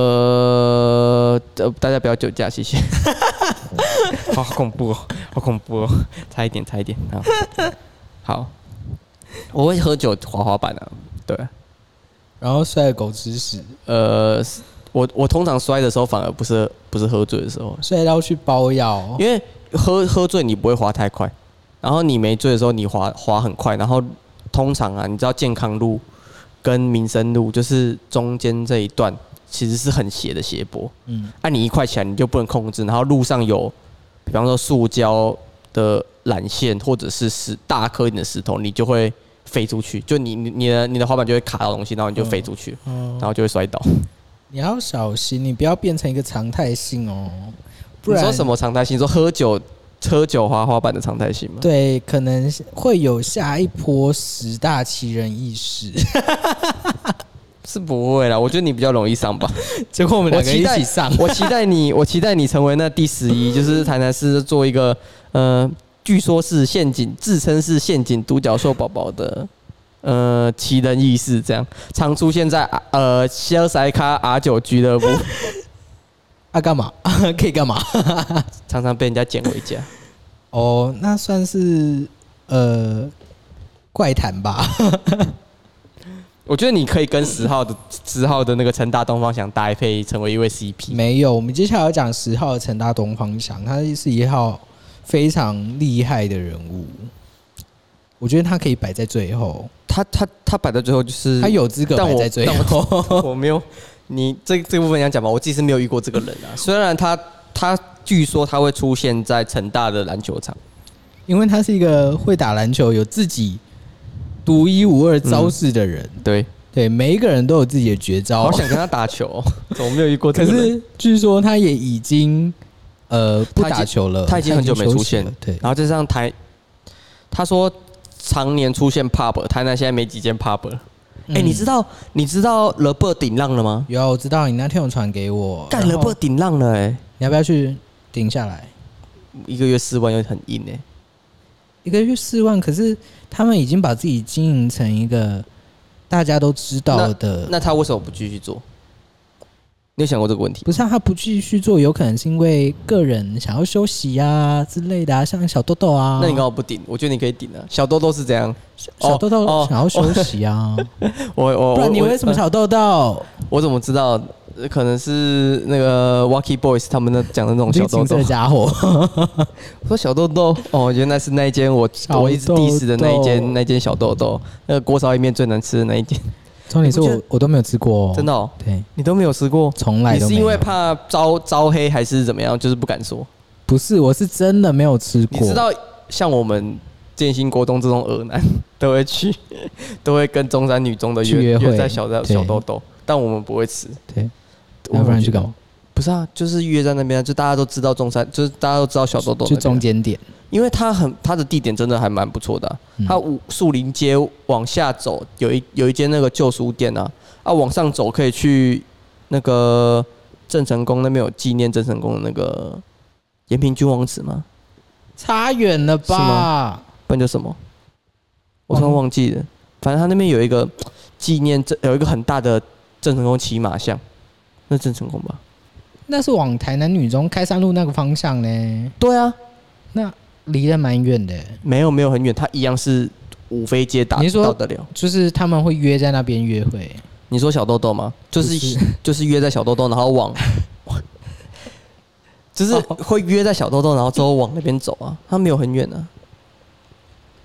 呃，呃大家不要酒驾，谢谢。 好恐怖哦，好恐怖哦，差一点，差一点啊。好，我会喝酒滑滑板啊，对，然后摔狗吃屎，呃，我我通常摔的时候反而不是不是喝醉的时候，摔到去包药，因为喝喝醉你不会滑太快，然后你没醉的时候你滑滑很快，然后通常啊，你知道健康路跟民生路就是中间这一段其实是很斜的斜坡，嗯，按、你一快起来你就不能控制，然后路上有，比方说塑胶的缆线或者是石大颗一点的石头，你就会飞出去，就你你你的你的滑板就会卡到东西，然后你就飞出去，然后就会摔倒。嗯你要小心，你不要变成一个常态性哦，不你然说什？么常态性？说喝酒喝酒滑滑板的常态性吗？对，可能会有下一波十大奇人异事。是不会啦，我觉得你比较容易上 吧。 结果我们我两个一期待起上，我期待你，我期待你成为那第十一，就是台南市做一个呃，据说是陷阱，自称是陷阱独角兽宝宝的呃奇人异事，这样常出现在呃西尔塞卡 R 九俱乐部，啊干嘛？ 可以干嘛？常常被人家捡回家。哦，那算是呃怪谈吧。 我觉得你可以跟十号的十号的那个陈大东方想搭配，成为一位 CP。没有，我们接下来要讲十号的陈大东方向，他是一号非常厉害的人物，我觉得他可以摆在最后，他他他摆到最后就是他有资格但摆我在 最但我后。我没有，你这这部分想讲吧，我自己是没有遇过这个人啊。虽然他他据说他会出现在成大的篮球场， 因为他是一个会打篮球、有自己独一无二嗯招式的人，对，对每一个人都有自己的绝招好。想跟他打球、 哦，怎么没有遇过这可个人？是据说他也已经呃不他已经打球了，他已经很久没休出息现了了，对，然后再上台，他说常年出现 pub，台南现在没几间 pub 了。嗯哎、你知道你知道 The Bird 顶浪了吗？有啊我知道你那天有传给我，干然 The 后 Bird 顶浪了哎、你要不要去顶下来？一个月四万又很硬哎、一个月四万，可是他们已经把自己经营成一个大家都知道的，那他为什么不继续做？你有想过这个问题？不是、啊、他不继续做，有可能是因为个人想要休息啊之类的啊，像小豆豆啊，那你刚好不顶，我觉得你可以顶啊。小豆豆是这样，小豆豆哦哦想要休息啊，我我 我不然你我为什么小豆豆？我我怎么知道？呃可能是那个 Wacky Boys 他们那讲的那种小就豆请豆这。家伙， 我说小豆豆，哦，原来是那一间我小我一直豆 diss 的那一豆间那一间小豆豆，那个锅烧意面最难吃的那一间，重点是你不我觉得我都没有吃过、哦，真的、哦，对，你都没有吃过。从来你都是没因有。为怕招招黑还是怎么样？就是不敢说。不是，我是真的没有吃你过。知道，像我们建新国中这种耳男 都会去，都会跟中山女中的去约约会约在小的对小豆豆，但我们不会吃。对，要不然去干嘛？不是啊，就是约在那边啊，就大家都知道中山，就是大家都知道小豆豆去那边啊中间点，因为它很它的地点真的还蛮不错的啊、嗯它五树林街往下走有一有一间那个旧书店啊，啊往上走可以去那个郑成功那边有纪念郑成功的那个延平君王祠吗？差远了是吧？不然叫什么？我突然忘记了，反正他那边有一个纪念郑有一个很大的郑成功骑马像，那郑成功吧？那是往台南女中开山路那个方向呢，对啊，那离得蛮远的，没有没有很远，它一样是五妃街打你说到得了。就是他们会约在那边约会。你说小豆豆吗？就是不是就是约在小豆豆，然后 往，就是会约在小豆豆，然后之后往那边走啊。他没有很远啊，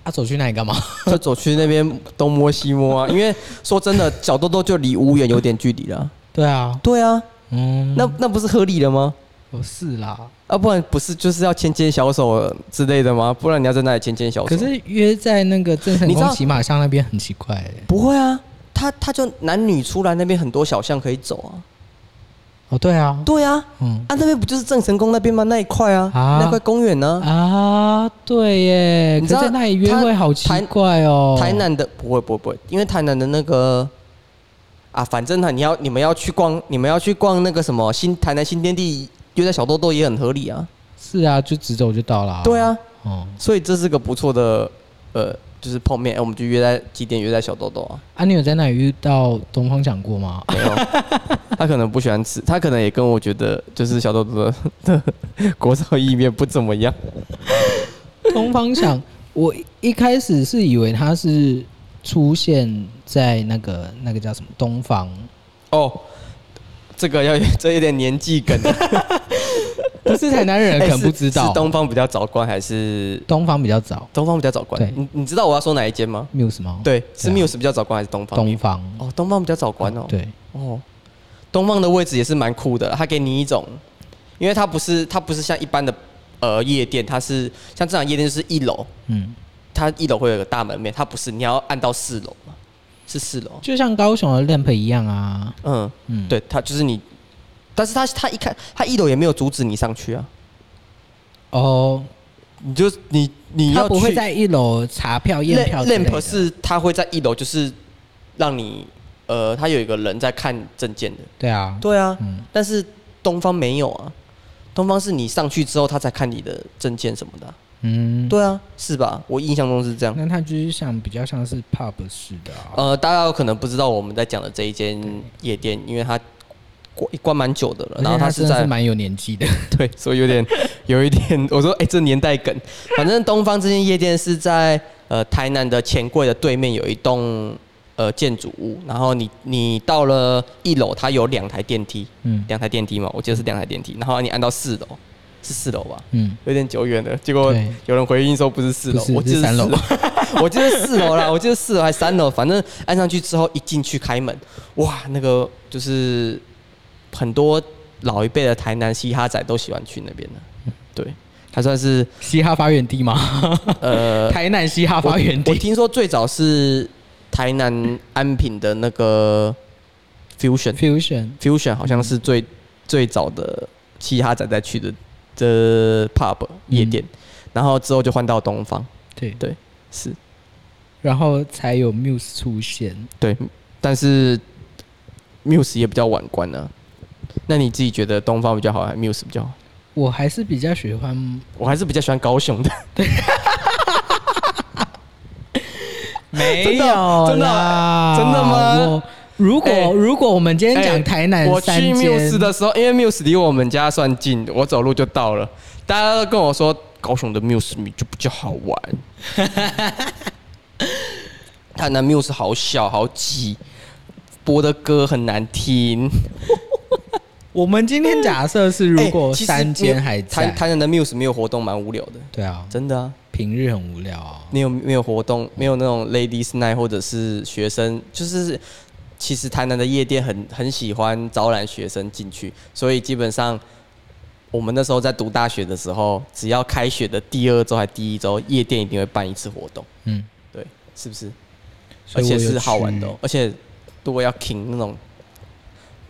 啊，走去那里干嘛？就走去那边东摸西摸啊。因为说真的，小豆豆就离屋远有点距离了。对啊，对啊，嗯，那那不是合理的吗？不是啦。啊，不然不是就是要牵牵小手之类的吗？不然你要在那里牵牵小手？可是约在那个郑成你知功道骑马巷那边很奇怪欸。不会啊，他他就男女出来那边很多小巷可以走啊。哦，对啊，对啊，嗯啊那边不就是郑成功那边吗？那一块啊，啊那块公园呢、啊，对嗯耶，你可知道在那里约会好奇台怪哦。台南的不会不会不会，因为台南的那个啊，反正呢，你要你们要去逛，你们要去逛那个什么新台南新天地，约在小豆豆也很合理啊。是啊，就直走就到啦。对，啊，哦、所以这是个不错的呃，就是碰面，哎、我们就约在几点约在小豆豆啊？啊，你有在那里遇到东方讲 过吗？没 有，他可能不喜欢吃，他可能也跟我觉得就是小豆豆的 的国潮意面不怎么样。东方想，我一开始是以为他是出现在那个那个叫什么东方，哦，这个要有 这有点年纪 梗，不是台南人 哎可能是不知道，是东方比较早关还是东方比较早东方比较早关对？你你知道我要说哪一间吗？ ，Muse 吗？，对，是对啊 Muse 比较早关还是东方？东方，哦，东方比较早关哦。对，哦，东方的位置也是蛮酷的，它给你一种，因为它不是它不是像一般的呃夜店，它是像这样夜店就是一楼，嗯，它一楼会有个大门面，它不是你要按到四楼嘛，是四楼。就像高雄的 Lamp 一样啊，嗯，嗯，，对，它就是你，但是它它一看它一楼也没有阻止你上去啊，哦，你就你你他要不会去在一楼查票验票之类 lamp 的，是它会在一楼，就是让你呃，它有一个人在看证件的。对啊，对啊，嗯，但是东方没有啊，东方是你上去之后他才看你的证件什么的啊、嗯，对啊，是吧？我印象中是这样。那它就是像比较像是 pub 式的啊，呃，大家有可能不知道我们在讲的这一间夜店，因为它关关蛮久的了，而然后且它它是真的在是蛮有年纪 的，对，所以有 点有一点，我说哎、这年代梗。反正东方这间夜店是在呃台南的钱柜的对面有一栋呃建筑物，然后你你到了一楼，它有两台电梯，嗯两台电梯嘛，我记得是两台电梯，然后你按到四楼，是四楼吧？嗯，有点久远了，结果对有人回应说不是四楼不，是我记得是三楼四， 我记得四楼啦，我记得四楼还三楼，反正按上去之后一进去开门，哇，那个就是很多老一辈的台南嘻哈仔都喜欢去那边嗯的，对，还算是嘻哈发源地吗？呃， 台南嘻哈我发源我地，听说最早是台南安平的那个 fusion Fusion， fusion 好像是最、最早的嘻哈仔仔去的的 pub 夜店，然后之后就换到东方，对，对，是然后才有 Muse 出现。对，但是 Muse 也比较晚关呢、那你自己觉得东方比较好，还是 Muse 比较好？我还是比较喜欢，我还是比较喜欢高雄 的，没真的真的啦真的吗我如果、哎如果我们今天讲哎台南我去三间， Muse 的时候，因为 Muse 离我们家算近，我走路就到了。大家都跟我说高雄的 Muse 就比较好玩， 台南 Muse 好小好挤，播的歌很难听。我们今天假设是如果哎其实三间还台在，台南的 Muse 没有活动，蛮无聊的，对啊，真的啊，平日很无聊啊。没有没有活动，没有那种 Ladies Night 或者是学生，就是其实台南的夜店很很喜欢招揽学生进去，所以基本上。我们那时候在读大学的时候，只要开学的第二周还第一周，夜店一定会办一次活动，嗯，对，是不是？而所以且我有是好玩的哦、去而且如果要 king 那种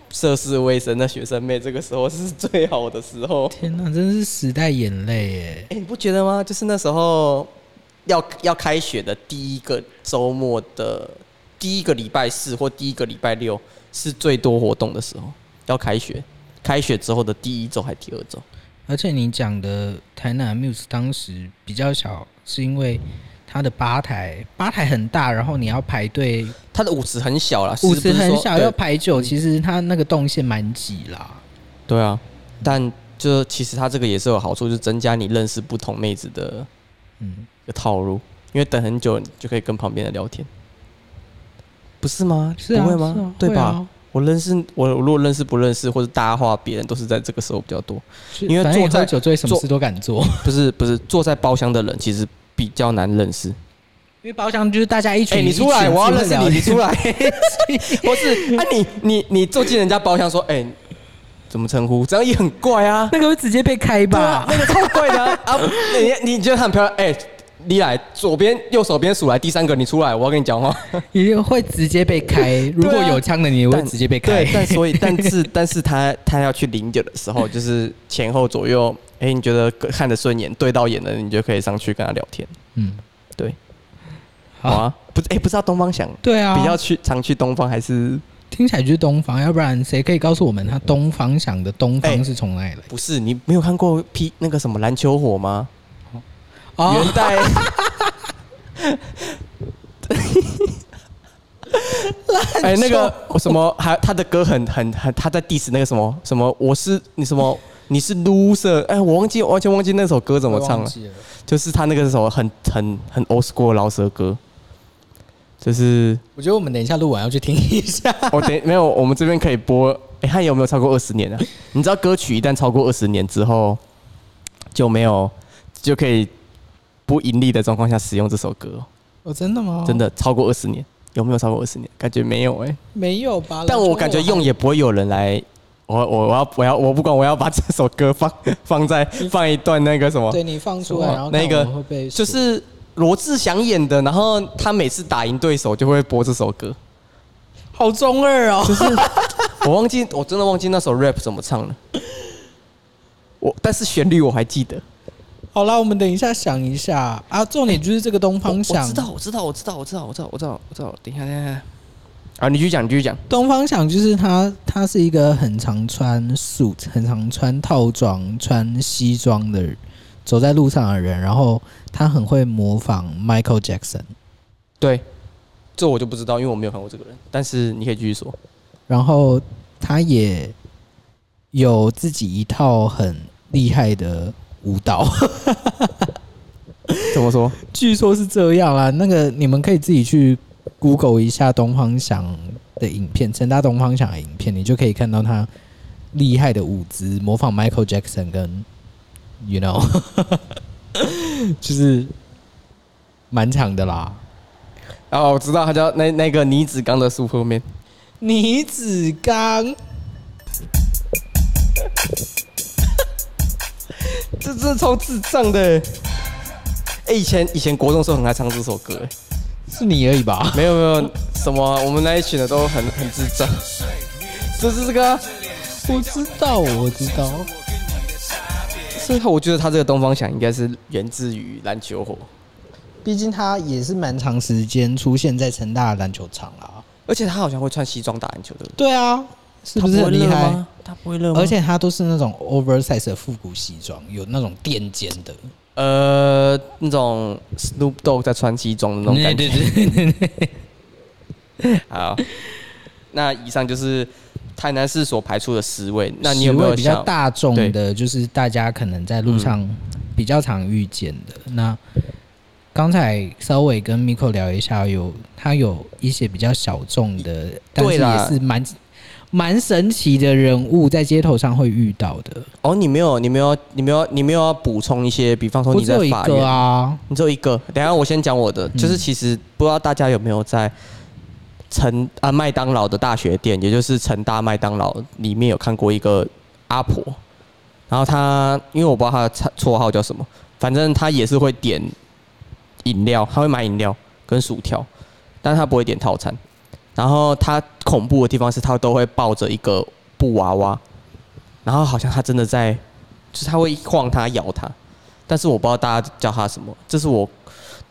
涉世未深的学生妹，这个时候是最好的时候。天哪，真是时代眼泪耶！哎、你不觉得吗？就是那时候要要开学的第一个周末的第一个礼拜四或第一个礼拜六是最多活动的时候，要开学。开学之后的第一周还第二周，而且你讲的台南 Muse 当时比较小，是因为它的吧台吧台很大，然后你要排队，它的舞池很小啦，其舞池实不是很说小，对嗯要排久，其实它那个动线蛮挤啦。对啊，但就其实它这个也是有好处，就是增加你认识不同妹子的嗯，一个套路，因为等很久你就可以跟旁边人聊天，不是吗？是啊，不会吗？是啊对吧？？会啊我认识我，我如果认识不认识或者搭话别人，都是在这个时候比较多。是因为反正坐你喝在酒醉，什么坐事都敢 做。不是不是，坐在包厢的人其实比较难认识。因为包厢就是大家一哎、群，你出来，我要认识你，你出来。 来。不是，啊你你你坐进人家包厢说，哎、怎么称呼？这样也很怪啊。 那个会直接被开对啊，吧？那个超贵的 啊！啊你你觉得她很漂亮？哎、你来左边右手边数来第三个，你出来，我要跟你讲话。一定会直接被开。如果有枪的，你也 会但直接被开啊对，。但所以，但是， 但是他他要去零酒的时候，就是前后左右，哎、你觉得看得顺眼、对到眼的，你就可以上去跟他聊天。嗯，对，好好，啊，不是，哎、不知道东方想对啊，比较去常去东方还是听起来就是东方，要不然谁可以告诉我们他东方想的东方哎是从哪里来？不是？你没有看过 P 那个什么篮球火吗？哦元， 代哎、那个什么，还他的歌很很很，他在 diss 那个什么什么，我是你什么，你是 loser，哎、我忘记完全忘记那首歌怎么唱我了忘，记了？就是他那个什么很很很 old school 的饶舌歌，就是我觉得我们等一下录完要去听一 下。我等没有，我们这边可以播，哎、他有没有超过二十年啊？ 你知道歌曲一旦超过二十年之后就没有就可以不盈利的状况下使用这首歌哦、哦，真的吗？真的超过二十年，有没有超过二十年？感觉没有哎、没有吧？但我感觉用也不会有人来。我我我要我要我不管，我要把这首歌放 放在放一段那个什么，对你放什出来，么然后那看个我们会被就是罗志祥演的，然后他每次打赢对手就会播这首 歌。好中二哦。我忘记，我真的忘记那首 rap 怎么唱了。我但是旋律我还记得。 好啦，我们等一下想一下啊。重点就是这个东方我想知，道，我知道，我知道，我知道，我知道，我知道，我知道。等一下，等一下。啊，你继续讲，你继续讲。东方想就是他，他是一个很常穿 suit、很常穿套装、穿西装的人，走在路上的人。然后他很会模仿 Michael Jackson。对，这我就不知道，因为我没有看过这个人。但是你可以继续说。然后他也有自己一套很厉害的舞蹈，怎么说？据说是这样啦。那个你们可以自己去 Google 一下东方响的影片，成大东方响的影片，你就可以看到他厉害的舞姿，模仿 Michael Jackson 跟 You know，就是蛮强的啦。哦，我知道，他叫那那个倪子刚的 Superman。倪子刚，这真的超智障的欸。哎、以前以前国中的时候很爱唱这首歌欸，是你而已吧？没有没有什么啊、我们那一群的都很很智障。就是这个啊、 我知道，我知道。所以我觉得他这个东方响应该是源自于篮球火，毕竟他也是蛮长时间出现在成大的篮球场啦。而且他好像会穿西装打篮球的，对啊，是他不是很会厉热害吗？？他不会热吗？而且他都是那种 oversize 的复古西装，有那种垫肩的呃，那种 Snoop Dogg 在穿西装的那种感觉。对对对，好，那以上就是台南市所排出的十位， 那你有有没有比较想？大众对嗯的，就是大家可能在路上比较常遇见的？那刚才稍微跟 Miko 聊一下，有他有一些比较小众的，但是对啦也是蛮蛮神奇的人物，在街头上会遇到的。哦，你没有，你没有，你没有，你没有要补充一些，比方说我你只在有一法个院，啊，你只有一个。等一下我先讲我的，就是其实不知道大家有没有在成啊麦当劳的大学店，也就是成大麦当劳里面有看过一个阿婆，然后她因为我不知道她的绰绰号叫什么，反正她也是会点饮料，她会买饮料跟薯条，但她不会点套餐。然后她恐怖的地方是，她都会抱着一个布娃娃，然后好像她真的在，就是她会晃它、咬它。但是我不知道大家叫他什么。这是我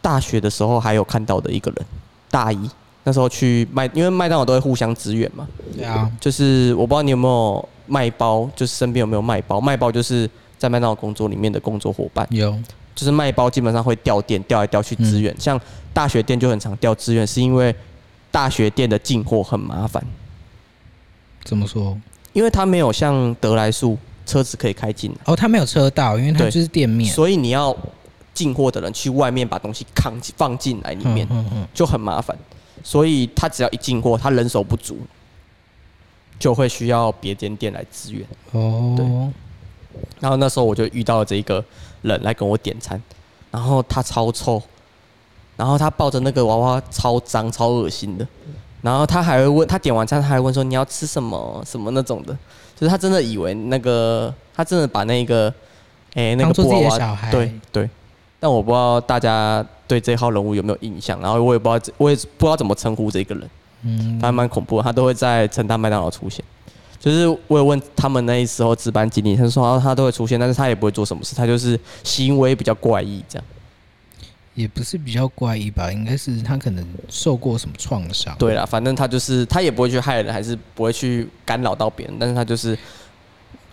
大学的时候还有看到的一个人，大一那时候去麦，因为麦当劳都会互相支援嘛。对啊，就是我不知道你有没有卖包，就是身边有没有卖包？卖包就是在麦当劳工作里面的工作伙伴，有就是卖包基本上会调店，调来调去支援。像大学店就很常调支援，是因为大学店的进货很麻烦，怎么说？因为它没有像德来速车子可以开进来。哦，他没有车道，因为他对就是店面。所以你要进货的人去外面把东西扛进放进来里面，嗯嗯就很麻烦。所以他只要一进货，他人手不足，就会需要别间店来支援。嗯，哦，然后那时候我就遇到了这一个人来跟我点餐，然后他超臭，然后他抱着那个娃娃超脏超恶心的，然后他还会问他点完餐他还问说你要吃什么什么那种的，就是他真的以为那个他真的把那个哎、那当个做布自己娃的娃小孩。对对，但我不知道大家对这号人物有没有印象，然后我也不知道这，我也不知道怎么称呼这个人，嗯，他还蛮恐怖的，他都会在成大麦当劳出现。就是我有问他们那时候值班经理，他说哦他都会出现，但是他也不会做什么事，他就是行为比较怪异这样。也不是比较怪异吧，应该是他可能受过什么创伤。对啦，反正他就是他也不会去害人，还是不会去干扰到别人，但是他就是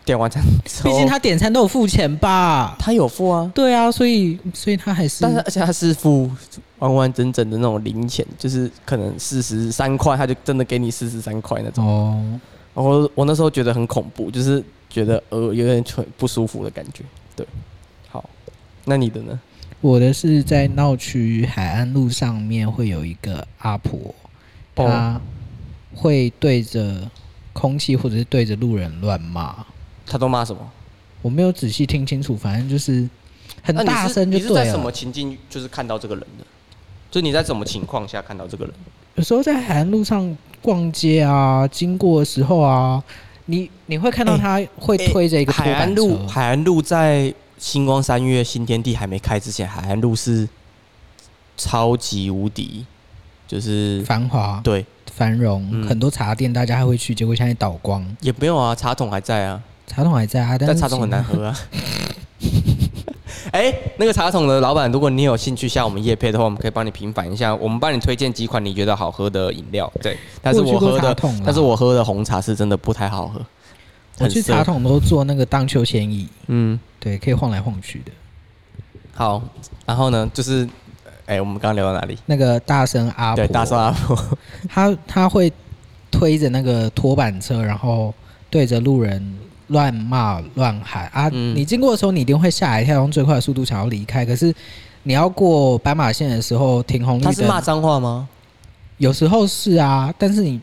点完餐之后，毕竟他点餐都有付钱吧？他有付啊，对啊，所以所以他还是但是而且他是付完完整整的那种零钱，就是可能四十三块，他就真的给你四十三块那种。哦，我我那时候觉得很恐怖，就是觉得呃有点很不舒服的感觉。对，好，那你的呢？我的是在闹区海岸路上面会有一个阿婆，哦她会对着空气或者是对着路人乱骂。他都骂什么？我没有仔细听清楚，反正就是很啊那你大是声就你是在对什了么。情境就是看到这个人的？就你在什么情况下看到这个人？有时候在海岸路上逛街啊，经过的时候啊，你你会看到她会推着一个拖哎海板岸车。路，海岸路在星光三月新天地还没开之前，海岸路是超级无敌，就是繁华、对，繁荣，嗯很多茶店大家还会去，结果现在倒光，也没有啊，茶桶还在啊，茶桶还在啊，但但是茶桶很难喝啊。 哎、那个茶桶的老板，如果你有兴趣下我们夜配的话，我们可以帮你平反一下，我们帮你推荐几款你觉得好喝的饮料。对，但是我有我去过喝茶的桶啊啦，但是我喝的红茶是真的不太好喝，我很去涩茶。桶都坐那个荡秋千椅，嗯，对，可以晃来晃去的。好。然后呢，就是，哎、我们刚刚聊到哪里？那个大声阿婆，对，大少阿婆。他他会推着那个拖板车，然后对着路人乱骂乱喊啊！嗯你经过的时候，你一定会吓一跳，用最快的速度想要离开。可是你要过斑马线的时候，停红他绿是骂灯，脏话吗？有时候是啊，但是你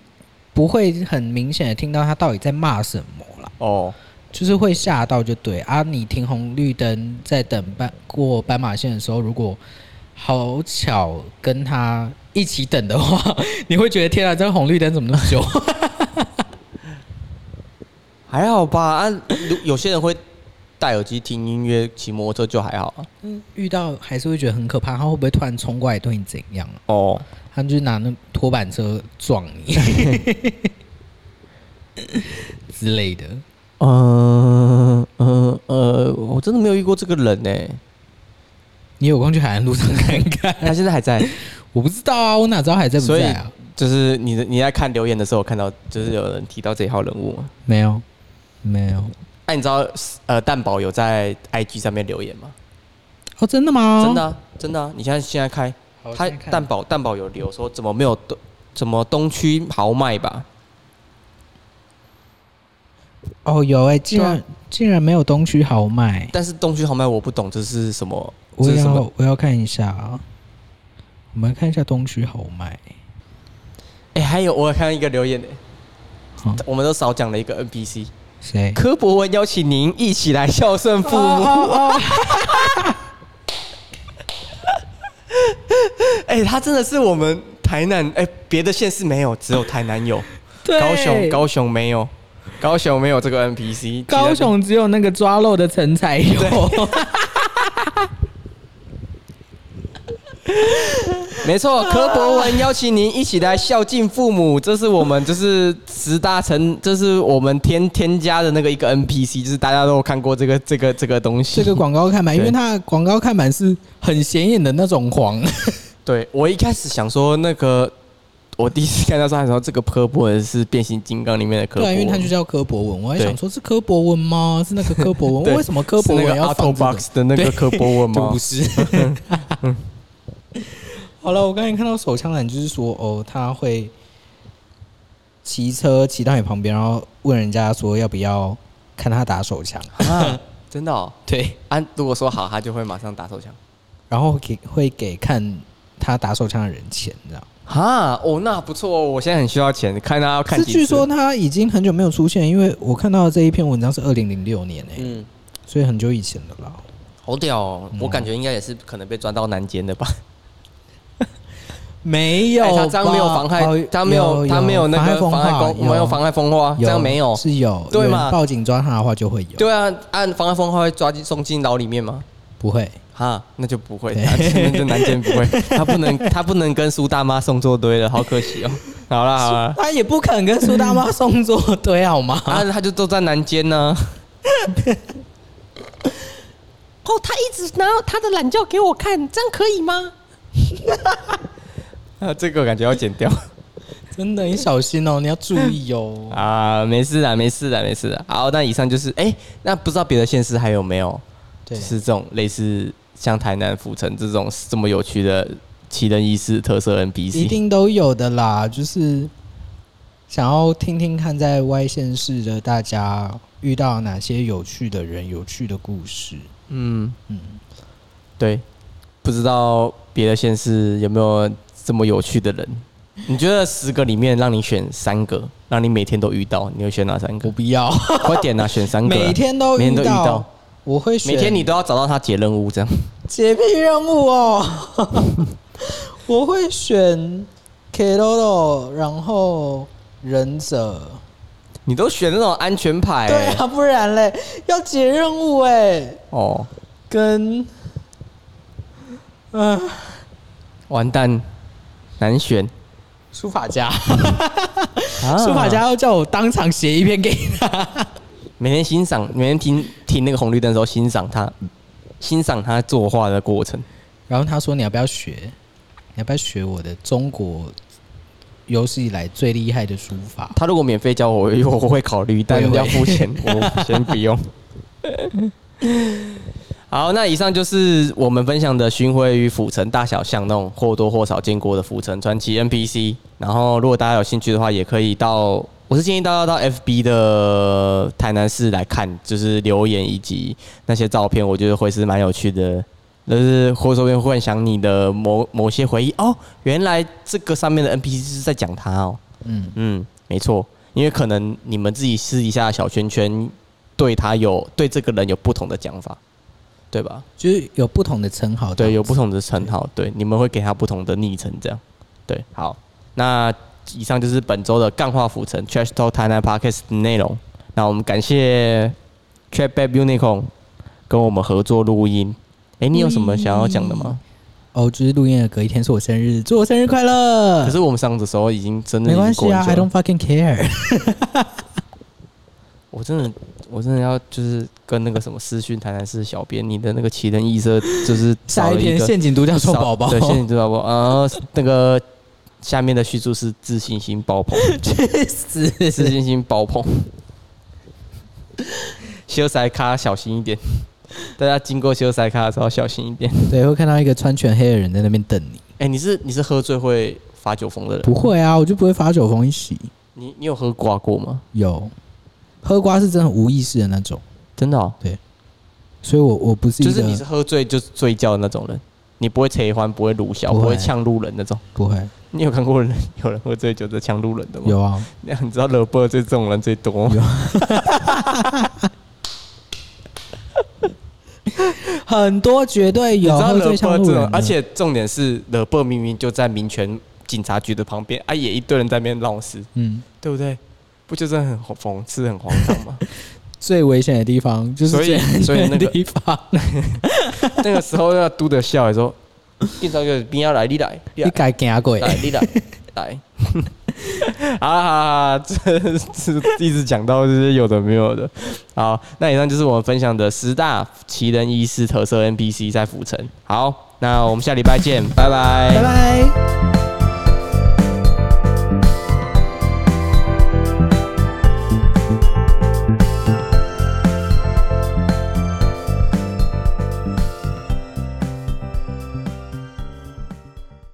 不会很明显的听到他到底在骂什么啦。哦，就是会吓到就对啊！你停红绿灯在等斑过斑马线的时候，如果好巧跟他一起等的话， 你会觉得天啊，这个红绿灯怎么那么久？还好吧。啊，如有些人会戴耳机听音乐，骑摩托车就还好啊。遇到还是会觉得很可怕，他会不会突然冲过来对你怎样啊？哦，他就拿那拖板车撞 你之类的。嗯嗯呃，我真的没有遇过这个人欸呢、你有空去海岸路上看看？他现在还在，我不知道啊，我哪知道还在不在啊？就是你的你在看留言的时候，看到就是有人提到这一号人物嘛。没有，没有。哎、你知道呃蛋宝有在 IG 上面留言吗？哦，真的吗？真的、啊、真的、啊，你现在现在开，好。我他先看蛋宝蛋宝有留说怎么没有东怎么东区豪迈吧？哦，有哎、竟然、对啊竟然没有东区豪迈，但是东区豪迈我不懂这是什么，我这也是什么要我要看一下啊。我们来看一下东区豪迈，哎、还有我有看到一个留言、欸嗯，我们都少讲了一个 NPC。谁？柯博文邀请您一起来孝顺父哦母。哎、他真的是我们台南，哎、别的县市没有，只有台南有。 对高雄高雄没有，高雄没有这个 NPC。高雄只有那个抓漏的陈才有。没 错，柯博文邀请您一起来孝敬父母，这是我们就是十大成，这是我们添添加的那个一个 NPC，就是大家都有看过这个这个这个东西。这个广告看板，因为对它广告看板是很显眼的那种黄，对我一开始想说那个，我第一次看到上海的时候，这个柯博文是变形金刚里面的柯对博啊，文，因为它就叫柯博文，我还对想说是柯博文吗？是那个柯博文？对为什么柯是博文那个要 Auto 放这个 Box 的那个 对柯博文 就吗不？是。 好了，我刚才看到手枪男就是说，哦，他会骑车骑到你旁边，然后问人家说要不要看他打手枪，啊，真的哦。对，啊，如果说好，他就会马上打手枪。然后给会给看他打手枪的人钱，这样。啊，哦，那不错哦，我现在很需要钱，看他要看是几次。据说他已经很久没有出现，因为我看到的这一篇文章是二零零六年诶、欸嗯，所以很久以前的啦。好屌哦，我感觉应该也是可能被抓到南监的吧。没哎他这样没有妨害，他没有，他没有那个妨害公，没有妨害，害风化，这样没有。是有对有人嘛报警抓他的话就会有，对啊，按妨害风化会抓进送进牢里面吗？不会。哈，那就不 会，对他真的就南监不会，他不能，他不能跟苏大妈送作堆了，好可惜哦。好啦好啦，他也不肯跟苏大妈送作对好吗？啊，他就都在南监 呢。哦，他一直拿他的懒觉给我看，这样可以吗？ 啊，这个感觉要剪掉 真的，你小心哦，你要注意哦。 啊，没事啦，没事啦，没事啦。好，那以上就是，哎、那不知道别的县市还有没有，就对，是这种类似像台南府城这种这么有趣的奇人异事特色 NPC，一定都有的啦，就是想要听听看在外县市的大家遇到哪些有趣的人、有趣的故事。嗯，嗯，对，不知道别的县市有没有这么有趣的人？你觉得十个里面让你选三个，让你每天都遇到，你会选哪三我个？不要，快点啊，选三个啊！每天都每遇天都遇到，我会选每天你都要找到他解任务，这样。解密任务哦。 我会选 K Lolo，然后忍者。你都选那种安全牌、对啊，不然嘞，要解任务哎，哦，跟嗯、完蛋，难选。书法家，啊书法家要叫我当场写一篇给他。每天欣赏，每天停停那个红绿灯的时候欣赏他，欣赏他作画的过程。然后他说：“你要不要学？你要不要学我的中国有史以来最厉害的书法他如果免费教我，我我会考虑，但我也会要付钱， 我先不用。好，那以上就是我们分享的巡回与府城大小巷弄或多或少见过的府城传奇 NPC。然后，如果大家有兴趣的话，也可以到，我是建议大家到 FB 的台南市来看，就是留言以及那些照片，我觉得会是蛮有趣的。就是或者说会幻想你的某某些回忆哦，原来这个上面的 NPC 是在讲他哦。？”嗯，嗯，没错，因为可能你们自己私底下的小圈圈对他有对这个人有不同的讲法，对吧？就是有不同的称号。对，有不同的称号，对，你们会给他不同的昵称，这样。对，好，那以上就是本周的干化浮城 Trash Talk 台南 Podcast 的内容。那我们感谢 Trap Bab Unicorn 跟我们合作录音。诶，你有什嗯么想要讲的吗？哦，就是录音的隔一天是我生日，祝我生日快乐可。是我们上的时候已经真的没已经关系过啊很，I 久了 don't fucking care。我真的，我真的要就是跟那个什么私讯台南市小编，你的那个奇人异色就是 下一篇篇陷阱独角兽宝宝，对陷阱宝宝，呃，那个下面的叙述是自信心爆 棚，去死！自信心爆棚，修塞卡小心一点，大家经过修塞卡的时候小心一点。 对，会看到一个穿全黑的人在那边等你。哎、你是你是喝醉会发酒疯的人，不会啊，我就不会发酒疯一起。你你有喝挂过吗？有，喝瓜是真的无意识的那种，真的、哦，所以我我不是一就个是你是喝醉就是睡觉的那种人，你不会扯欢，不会鲁小，不不会会呛路人那种。不会你有看过人有人会醉酒在呛路人的吗？有啊，那你知道勒布最这种人最多吗？很多绝对你知有道会勒最布像这路种人，，啊而且重点是勒布明明就在民权警察局的旁边，啊，也一堆人在那边闹事，嗯，对不对？不就是很讽刺、很荒唐 吗？最危险的地方就是所以最安所以全那的个 地方，那个时候要嘟的笑的时候，警察就边要来，你来，你你来，该惊鬼，来，你来，来。好啦好啦，这这一直讲到这些有的没有的。好，那以上就是我们分享的十大奇人异事特色 NPC 在府城。好，那我们下礼拜见，拜拜拜拜。